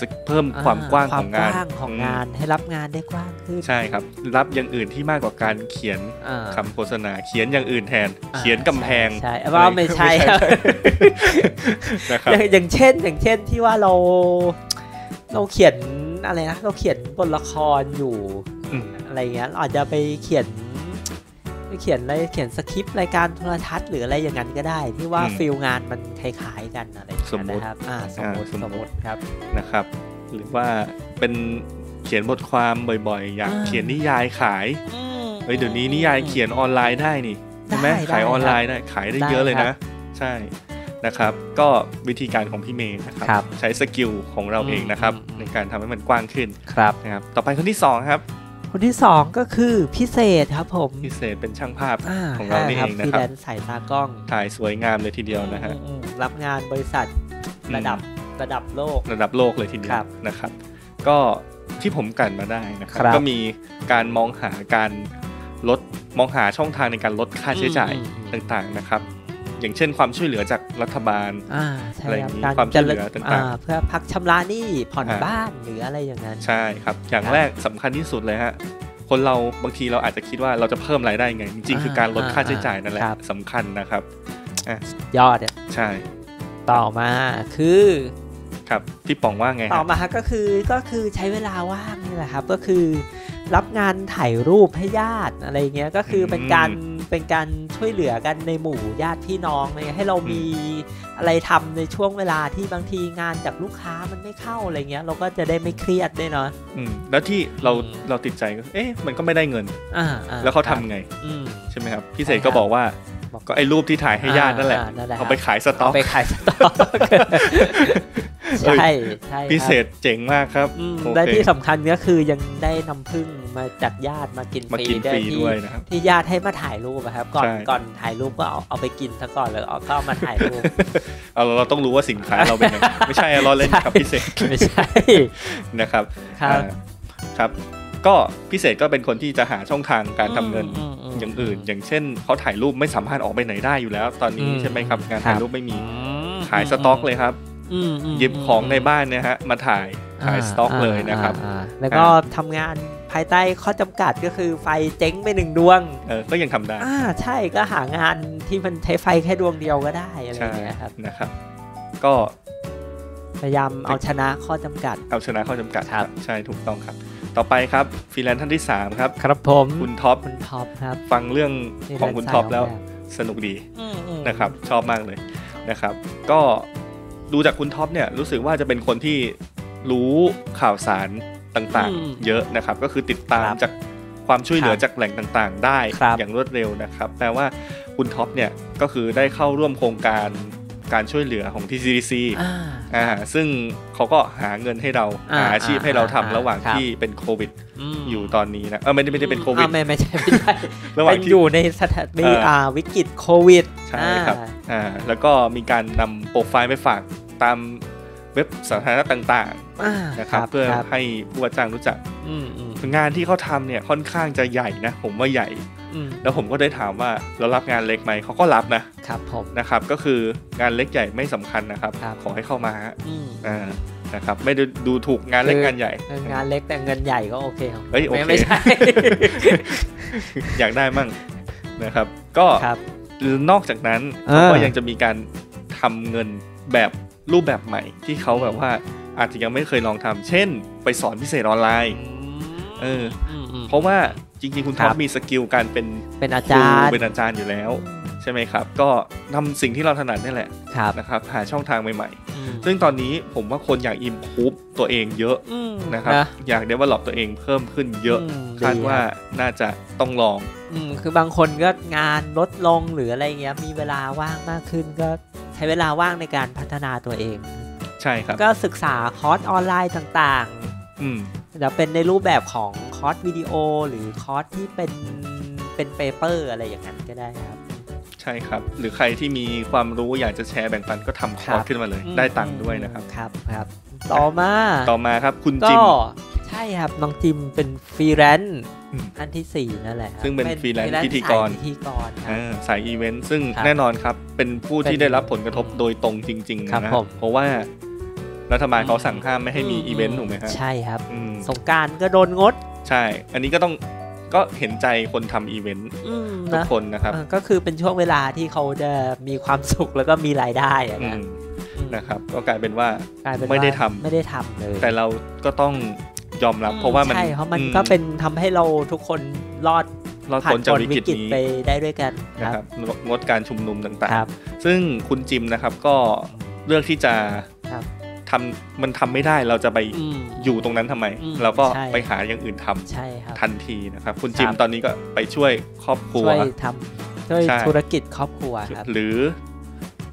Speaker 1: สกเพิ่มความกว้างของงาน
Speaker 2: ควมกว้างของงานให้รับงานได้กว้างขึ้น
Speaker 1: ใช่ครับ รับอย่างอื่นที่มากกว่าการเขียน
Speaker 2: อ่า
Speaker 1: คำโฆษณาเขียนอย่างอื่นแทน
Speaker 2: อ่า
Speaker 1: เขียนกำแพง
Speaker 2: ใช่ใช่ว่าไม่ใช่
Speaker 1: ไม่ใช่
Speaker 2: ครับ
Speaker 1: นะครับ
Speaker 2: อย่างอย่างเช่นอย่างเช่นที่ว่าเราเราเขียนอะไรนะเราเขียนบทละครอยู่
Speaker 1: อืม
Speaker 2: อะไรเงี้ยเราอาจจะไปเขียนไปเขียนอะไรเขียนสคริปต์รายการโทรทัศน์หรืออะไรอย่างนั้นก็ได้ ที่ว่าฟิลงานมันคล้ายๆกันอะไรอย่างเงี้ยนะครับอ่าสม
Speaker 1: อ่าสม
Speaker 2: มติ
Speaker 1: มุติ
Speaker 2: สมมติครับ
Speaker 1: นะครับ หรือว่าเป็นเขียนบทความบ่อยๆ อยาก
Speaker 2: อ่า
Speaker 1: เขียนนิยายขายเฮ้ยเดี๋ยวนี้นิยายเขียนออนไลน์ได้นี่ใช่ไหม
Speaker 2: ได้
Speaker 1: ขาย
Speaker 2: ด้
Speaker 1: ออนไลน์
Speaker 2: ครับ
Speaker 1: ได้ขายได้
Speaker 2: ได้
Speaker 1: เยอะเลย
Speaker 2: ครั
Speaker 1: นะ
Speaker 2: บ
Speaker 1: ใช่นะครับ ก็วิธีการของพี่เมย์นะครับ
Speaker 2: ครับ
Speaker 1: ใช้สกิลของเราเองนะครับ
Speaker 2: อืมอืม
Speaker 1: ในการทำให้มันกว้างขึ้น
Speaker 2: ครับ
Speaker 1: นะครับ ต่อไปคนที่สองครับ
Speaker 2: คนที่สองก็คือพิเศษครับผม
Speaker 1: พิเศษเป็นช่างภาพ
Speaker 2: า
Speaker 1: ของเรานี่เองนะ
Speaker 2: ฟรี
Speaker 1: ครั
Speaker 2: แล
Speaker 1: บ
Speaker 2: นซ์สายตากล้อง
Speaker 1: ถ่ายสวยงามเลยทีเดียวนะฮะ
Speaker 2: อืมรับงานบริษัทระดับระดับโลก
Speaker 1: ระดับโลกเลยทีเดีย
Speaker 2: คว รับ
Speaker 1: นะครับ ก็ที่ผมกลันมาได้นะครั
Speaker 2: ครับ
Speaker 1: ก็มีการมองหาการลดมองหาช่องทางในการลดค่าใช้จ่าย
Speaker 2: อืมอืม
Speaker 1: ต่างๆนะครับ อย่างเช่นความช่วยเหลือจากรัฐบาล
Speaker 2: อ่าใช่
Speaker 1: อะไรอ
Speaker 2: ครั
Speaker 1: ย่า
Speaker 2: บ
Speaker 1: งนี้
Speaker 2: การ
Speaker 1: ความช่วยเหลือ
Speaker 2: จะ
Speaker 1: ต่างๆ
Speaker 2: อ่เพื่อพักชำระหนี้ผ่อน
Speaker 1: อ่า
Speaker 2: บ้านหรืออะไรอย่างนั้น
Speaker 1: ใช่ครับ อย่าง
Speaker 2: ครับ
Speaker 1: แรกสำคัญที่สุดเลยฮะคนเราบางทีเราอาจจะคิดว่าเราจะเพิ่มรายได้ไง จริงๆ
Speaker 2: อ่า
Speaker 1: คือการลดค่าใช้จ่ายนั่นแหละ
Speaker 2: ครับ
Speaker 1: สำคัญนะครับอ่ะ
Speaker 2: ยอดเนี่ย
Speaker 1: ใช่
Speaker 2: ต่อมาคือ
Speaker 1: ครับพี่ป๋องว่าไงฮะ
Speaker 2: ต่อมาก็คือก็คือใช้เวลาว่างนี่แหละครับก็คือ รับงานถ่ายรูปให้ญาติอะไรเงี้ยก็คือเป็นการเป็นการช่วยเหลือกันในหมู่ญาติพี่น้องอะไรเลยให้เรามีอะไรทำในช่วงเวลาที่บางทีงานจากลูกค้ามันไม่เข้าอะไรเงี้ย เราก็จะได้ไม่เครียดด้วยเนาะ
Speaker 1: อืมแล้วที่เรา
Speaker 2: อืม
Speaker 1: เราติดใจก็เอ๊ะมันก็ไม่ได้เงิน
Speaker 2: อ่าอ่
Speaker 1: แล้วเขาทำไง
Speaker 2: อืม
Speaker 1: ใช่ไหมครับพี่
Speaker 2: ใช่
Speaker 1: เศษ
Speaker 2: ครั
Speaker 1: ก็
Speaker 2: บ
Speaker 1: บอกว่า
Speaker 2: บอก
Speaker 1: ก็ไอ้รูปที่ถ่ายให้ญาตินั่นแหละ
Speaker 2: อ่านั่นแหละ
Speaker 1: เอาไปขายสต็อ
Speaker 2: เอา
Speaker 1: ก
Speaker 2: ไปขายส ต็อกใช่ใช่ครับ
Speaker 1: พี่เศษเจ๋งมากครับ
Speaker 2: อืม
Speaker 1: โอ
Speaker 2: และ
Speaker 1: เค
Speaker 2: ที่สำคัญก็คือยังได้น้ำผึ้งมาจากญาติมากิน
Speaker 1: มากินฟรี
Speaker 2: ที่
Speaker 1: ด้วยนะครับ
Speaker 2: ที่ญาติให้มาถ่ายรูปอะครับ ก่อน
Speaker 1: ใช่
Speaker 2: ก่อนถ่ายรูปก็เอาเอาไปกินซะก่อนแล้วเอาก็เอามาถ่ายรู ป
Speaker 1: เอาเราต้องรู้ว่าสินค้าเราเป็นยังไง ไม่ใช่เราเล่น
Speaker 2: ใช่
Speaker 1: กับพี่เศษ
Speaker 2: ไม่ใช่
Speaker 1: นะครับ
Speaker 2: ครับ
Speaker 1: อ่าครับ ก็พี่เศษก็เป็นคนที่จะหาช่องทางการทำเงิน
Speaker 2: มมม
Speaker 1: อย่างอื่น อย่างเช่นเขาถ่ายรูปไม่สามารถออกไปไหนได้อยู่แล้ว ตอนนี้
Speaker 2: อืม
Speaker 1: ใช่ไหมครับงาน
Speaker 2: ครับ
Speaker 1: ถ่ายรูปไม่มี
Speaker 2: อืม
Speaker 1: ขายสต็อกเลยครับ
Speaker 2: อืมอืม
Speaker 1: หยิบของในบ้านเนะฮะมาถ่ายขายสต็อกเลยนะครับ
Speaker 2: อ่าอ่าแล้วก็
Speaker 1: อ่
Speaker 2: ทำงานภายใต้ข้อจำกัดก็คือไฟเจ๊งไปหนึ่งดวง
Speaker 1: เออก็ยังทำได้
Speaker 2: อ่าใช่ก็หางานที่มันใช้ไฟแค่ดวงเดียวก็ได้อะไรอย่างเงี้ยครับ
Speaker 1: นะครับ ก็
Speaker 2: พยายามเอาชนะข้อจำกัด
Speaker 1: เอาชนะข้อจำกัด
Speaker 2: ครับ
Speaker 1: ใช่ถูกต้องครับ ต่อไปครับฟรีแลนซ์ท่านที่ 3 ครับ
Speaker 2: ครับผม
Speaker 1: คุณท็อป
Speaker 2: คุณท็อปครับ
Speaker 1: ฟังเรื่องของคุณท็อปแล้วสนุกดีนะครับ ชอบมากเลยนะครับ ก็ดูจากคุณท็อปเนี่ยรู้สึกว่าจะเป็นคนที่รู้ข่าวสารต่าง
Speaker 2: อืม
Speaker 1: ๆ เยอะนะครับ ก็คือติดตาม
Speaker 2: ครับ
Speaker 1: จากความช่วยเหลือ
Speaker 2: ครับ
Speaker 1: จากแหล่งต่างๆ ได้
Speaker 2: ครับ
Speaker 1: อย่างรวดเร็วนะครับแปลว่าคุณท็อปเนี่ยก็คือได้เข้าร่วมโครงการการช่วยเหลือของ TCDC
Speaker 2: อ่า
Speaker 1: อ่าซึ่งเขาก็หาเงินให้เรา
Speaker 2: อ่า
Speaker 1: หาอาชีพให้เราทำ
Speaker 2: อ่า
Speaker 1: ระหว่าง
Speaker 2: ครับ
Speaker 1: ที่เป็นโควิด
Speaker 2: ม
Speaker 1: อยู่ตอนนี้นะเออไม่ได้ไม่ได้เป็นโควิด
Speaker 2: อ่าไม่ไม่ใช่ไม่ใช่
Speaker 1: ระหว่า
Speaker 2: เป็
Speaker 1: ง
Speaker 2: น
Speaker 1: ที่
Speaker 2: อยู่ในสถาน
Speaker 1: เอออ่
Speaker 2: อ่าวิกฤตโควิด
Speaker 1: ใช่ครับ
Speaker 2: อ่า
Speaker 1: อ่าแล้วก็มีการนำโปรไฟล์ไปฝากตามเว็บสาธารณะต่าง
Speaker 2: อ่า
Speaker 1: ๆนะครับ
Speaker 2: ครับ
Speaker 1: เพื่อ
Speaker 2: ครับ
Speaker 1: ให้ผู้ว่าจ้างรู้จัก
Speaker 2: อืมอืม
Speaker 1: งานที่เขาทำเนี่ยค่อนข้างจะใหญ่นะ ผมว่าใหญ่
Speaker 2: อืม
Speaker 1: แล้วผมก็ได้ถามว่าเรารับงานเล็กไหมเขาก็รับนะครับ
Speaker 2: ผม
Speaker 1: นะครับ ก็คืองานเล็กใหญ่ไม่สำคัญนะครับ
Speaker 2: ครับ
Speaker 1: ขอให้เข้ามาฮะ
Speaker 2: อืม
Speaker 1: อ่านะครับไม่ได้ดูถูกงานเล็กงานใหญ่
Speaker 2: เอองานเล็กแต่เงินใหญ่ก็โอเคครับ
Speaker 1: เอ้ยโอเค
Speaker 2: ไม่ไม่ใช่
Speaker 1: อยากได้มั่งนะครับ ก็
Speaker 2: ครับ
Speaker 1: นอกจากนั้น
Speaker 2: อ่า
Speaker 1: เขาก็ยังจะมีการทำเงินแบบรูปแบบใหม่ที่เขาแบบว่า อาจจะยังไม่เคยลองทำเช่น ไปสอนพิเศษออนไลน์ เออ เพราะว่าจริงๆ คุณท็อป
Speaker 2: ครับ
Speaker 1: มีสกิลการเป็น
Speaker 2: เป็นอา
Speaker 1: ครู
Speaker 2: จารย์
Speaker 1: เป็นอาจารย์อยู่แล้ว ใช่ไหมครับ ก็ทำสิ่งที่เราถนัดนี่แหละ
Speaker 2: ครับ
Speaker 1: นะครับหาช่องทางใหม่
Speaker 2: อืม
Speaker 1: ๆ ซึ่งตอนนี้ผมว่าคนอยากอิมพูฟตัวเองเยอะ
Speaker 2: อืม
Speaker 1: นะครับ
Speaker 2: นะ
Speaker 1: อยากเดเวลลอปตัวเองเพิ่มขึ้นเยอะ
Speaker 2: อืม
Speaker 1: คาด
Speaker 2: ดีครับ
Speaker 1: ว่าน่าจะต้องลอง
Speaker 2: อืมคือบางคนก็งานลดลงหรืออะไรเงี้ยมีเวลาว่างมากขึ้นก็ใช้เวลาว่างในการพัฒนาตัวเอง
Speaker 1: ใช่ครับ
Speaker 2: ก็ศึกษาคอร์สออนไลน์ต่าง
Speaker 1: อืม
Speaker 2: ๆจะเป็นในรูปแบบของคอร์สวิดีโอหรือคอร์สที่เป็นเป็นเปเปอร์อะไรอย่างนั้นก็ได้ครับ
Speaker 1: ใช่ครับ หรือใครที่มีความรู้อยากจะแชร์แบ่งปันก็ทำคอร์
Speaker 2: ครั
Speaker 1: ส
Speaker 2: บ
Speaker 1: ขึ้นมาเลย ได้ตังค์ด้วยนะครับ
Speaker 2: ครับครับ ต่อมา
Speaker 1: ต่อมาครับคุณ
Speaker 2: ก็
Speaker 1: จิม
Speaker 2: ใช่ครับน้องจิมเป็นฟรีแลนซ์
Speaker 1: อืม
Speaker 2: อันที่สี่นั่นแหละครับ
Speaker 1: ซึ่งเป็น freelance พิธีกร
Speaker 2: สายพิธีกรครับ
Speaker 1: อ่าสายอีเวนต์ซึ่ง
Speaker 2: ครับ
Speaker 1: แน่นอนครับ เป็นผู้ที่
Speaker 2: เป็น
Speaker 1: ได้รับผลกระทบโดยตรงจริงๆ
Speaker 2: ครับ
Speaker 1: นะ
Speaker 2: ผม
Speaker 1: เพราะว่ารัฐบาลเขา
Speaker 2: อืม
Speaker 1: สั่งห้ามไม่ให้มีอีเวนต์ถูกไหมฮะ
Speaker 2: ใช่ครับ
Speaker 1: อืม
Speaker 2: สงกรารก็โดนงด
Speaker 1: ใช่ อันนี้ก็ต้องก็เห็นใจคนทำอีเวนต์
Speaker 2: อืม
Speaker 1: ทุก
Speaker 2: นะ
Speaker 1: คนนะครับ
Speaker 2: เออก็คือเป็นช่วงเวลาที่เขาจะมีความสุขแล้วก็มีรายได้อะ
Speaker 1: อื
Speaker 2: นะ
Speaker 1: มนะครับ ก็กลายเป็นว่า
Speaker 2: กลายเป็นว่า
Speaker 1: ไม่ได้ทำ
Speaker 2: ไม่ได้ทำเลย
Speaker 1: แต่เราก็ต้องยอมรับ เพราะว่ามัน
Speaker 2: ใช่เพราะมัน
Speaker 1: อื
Speaker 2: ก็เป็นทำให้เราทุกคนรอด
Speaker 1: รอด
Speaker 2: ผ่า
Speaker 1: พ้น
Speaker 2: น
Speaker 1: จาก
Speaker 2: พ้น
Speaker 1: วิ
Speaker 2: วิ
Speaker 1: กฤต
Speaker 2: กฤต
Speaker 1: นี้
Speaker 2: ไปได้ด้วยกัน
Speaker 1: นะ
Speaker 2: ค
Speaker 1: ค
Speaker 2: รั
Speaker 1: รั
Speaker 2: บบ
Speaker 1: งดการชุมนุมต่าง
Speaker 2: ครับ
Speaker 1: ๆ ซึ่งคุณจิมนะครับก็เลือกที่จะ
Speaker 2: ครับ
Speaker 1: ทำมันทำไม่ได้เราจะไป
Speaker 2: อืม
Speaker 1: อยู่ตรงนั้นทำไม
Speaker 2: อืม
Speaker 1: เราก็
Speaker 2: ใช่
Speaker 1: ไปหาอย่างอื่นทำ
Speaker 2: ใช่ครับ
Speaker 1: ทันทีนะครับ คุณ
Speaker 2: ครับ
Speaker 1: จิมตอนนี้ก็ไปช่วยครอบครัว
Speaker 2: ช่วยทำช่วย
Speaker 1: ใช่
Speaker 2: ธุรกิจครอบครัวครับ
Speaker 1: หรือ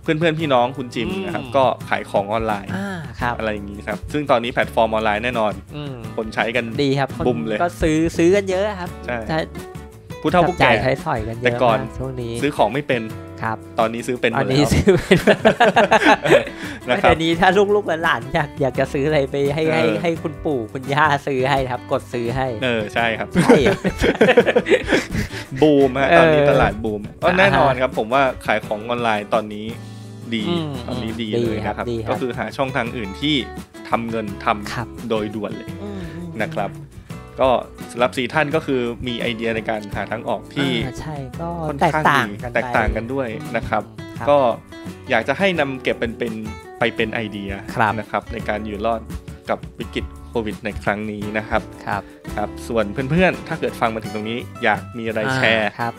Speaker 1: เพื่อนเพื่อนๆพี่น้องคุณจิม
Speaker 2: อืม
Speaker 1: นะครับ ก็ขายของออนไลน์
Speaker 2: อ่าครับ
Speaker 1: อะไรอย่างนี้ครับ ซึ่งตอนนี้แพลตฟอร์มออนไลน์แน่นอน
Speaker 2: อืม
Speaker 1: คนใช้กัน
Speaker 2: ดีครับคน
Speaker 1: บุมเลย
Speaker 2: ก็ซื้อซื้อกันเยอะครับ
Speaker 1: ใช่
Speaker 2: ใช้
Speaker 1: ผู้เฒ่าผู้
Speaker 2: จ่า
Speaker 1: แก่
Speaker 2: ยใช้สอยกันเย
Speaker 1: แต่
Speaker 2: อะ
Speaker 1: ก่อน
Speaker 2: มากช่วงนี้
Speaker 1: ซื้อของไม่เป็น
Speaker 2: ครับ
Speaker 1: ตอนนี้ซื้อเป็นหม
Speaker 2: อั
Speaker 1: ด
Speaker 2: น
Speaker 1: แล้
Speaker 2: นี้
Speaker 1: ว
Speaker 2: ซื้อเป็น
Speaker 1: นะครั
Speaker 2: แต่
Speaker 1: บ
Speaker 2: นี้ถ้าลูกๆหลานๆอยากอยากจะซื้ออะไรไปให้ให้
Speaker 1: เออ
Speaker 2: ให้คุณปู่คุณย่าซื้อให้ครับ กดซื้อให้
Speaker 1: เออใช่ ครับ
Speaker 2: ใช่
Speaker 1: บูมฮะ
Speaker 2: เออ
Speaker 1: ตอนนี้ตลาดบูมก็
Speaker 2: อ่าฮะ
Speaker 1: แน่นอนครับ ผมว่าขายของออนไลน์ตอนนี้ดี
Speaker 2: อืม
Speaker 1: ตอนนี้ดี
Speaker 2: ดี
Speaker 1: เลย
Speaker 2: ครับ
Speaker 1: นะครับ
Speaker 2: ดีครับ
Speaker 1: ก็คือหาช่องทางอื่นที่ทำเงินทำ
Speaker 2: ครับ
Speaker 1: โดยด่วนเลย
Speaker 2: อืม
Speaker 1: นะครับ ก็สำหรับสี่ท่านก็คือมีไอเดียในการหาทางออกที่
Speaker 2: อ่าใช่ก็
Speaker 1: ค่อน
Speaker 2: แตก
Speaker 1: ข้าง
Speaker 2: ต่าง
Speaker 1: ดี
Speaker 2: กันไป
Speaker 1: แตกต่างกันด้วยนะครับ
Speaker 2: ครับ
Speaker 1: ก็อยากจะให้นำเก็บเป็นเป็นไปเป็นไอเดีย
Speaker 2: ครับ
Speaker 1: นะครับ ในการอยู่รอดกับวิกฤตโควิดในครั้งนี้นะครับ
Speaker 2: ครับ
Speaker 1: ครับ ส่วนเพื่อนๆ ถ้าเกิดฟังมาถึงตรงนี้ อยากมีอะไรแชร์
Speaker 2: อ่าครับ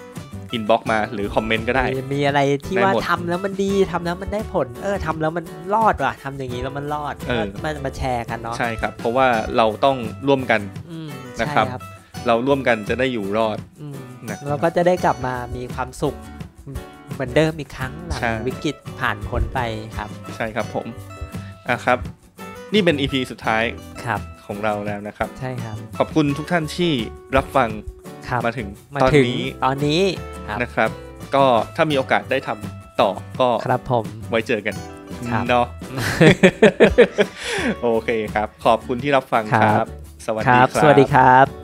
Speaker 1: อินบ็อกมาหรือคอมเมนต์ก็ได้
Speaker 2: มีมีอะไรที่
Speaker 1: ได้
Speaker 2: ว่า
Speaker 1: หมด
Speaker 2: ทำแล้วมันดีทำแล้วมันได้ผล เออทำแล้วมันรอดว่ะทำอย่างนี้แล้วมันรอด
Speaker 1: เออ
Speaker 2: ก็มามาแชร์กันเนาะ
Speaker 1: ใช่ครับ เพราะว่าเราต้องร่วมกัน
Speaker 2: อืม
Speaker 1: นะ
Speaker 2: ใช่
Speaker 1: ครับ
Speaker 2: ครับ
Speaker 1: เราร่วมกันจะได้อยู่รอด
Speaker 2: อืม
Speaker 1: นะครับ
Speaker 2: เราก็จะได้กลับมามีความสุขเหมือนเดิมอีกครั้งหลัง
Speaker 1: ใช่
Speaker 2: วิกฤตผ่านพ้นไปครับ
Speaker 1: ใช่ครับผมอ่ะครับ นี่เป็น EP สุดท้าย
Speaker 2: ครับ
Speaker 1: ของเราแล้วนะครับ
Speaker 2: ใช่ครับ
Speaker 1: ขอบคุณทุกท่านที่รับฟัง
Speaker 2: ครับ
Speaker 1: มาถึง
Speaker 2: มา
Speaker 1: ตอน
Speaker 2: ถึง
Speaker 1: นี้
Speaker 2: ตอนนี้ครับ
Speaker 1: นะครับ ก็ถ้ามีโอกาสได้ทำต่อก็
Speaker 2: ครับผม
Speaker 1: ไว้เจอกัน
Speaker 2: ครับ
Speaker 1: เนาะ โอเคครับ ขอบคุณที่รับฟัง
Speaker 2: ค
Speaker 1: ค
Speaker 2: รั
Speaker 1: รับ บ สวัส
Speaker 2: ค
Speaker 1: ดี
Speaker 2: รับ
Speaker 1: ครับ
Speaker 2: สวัสดีครับ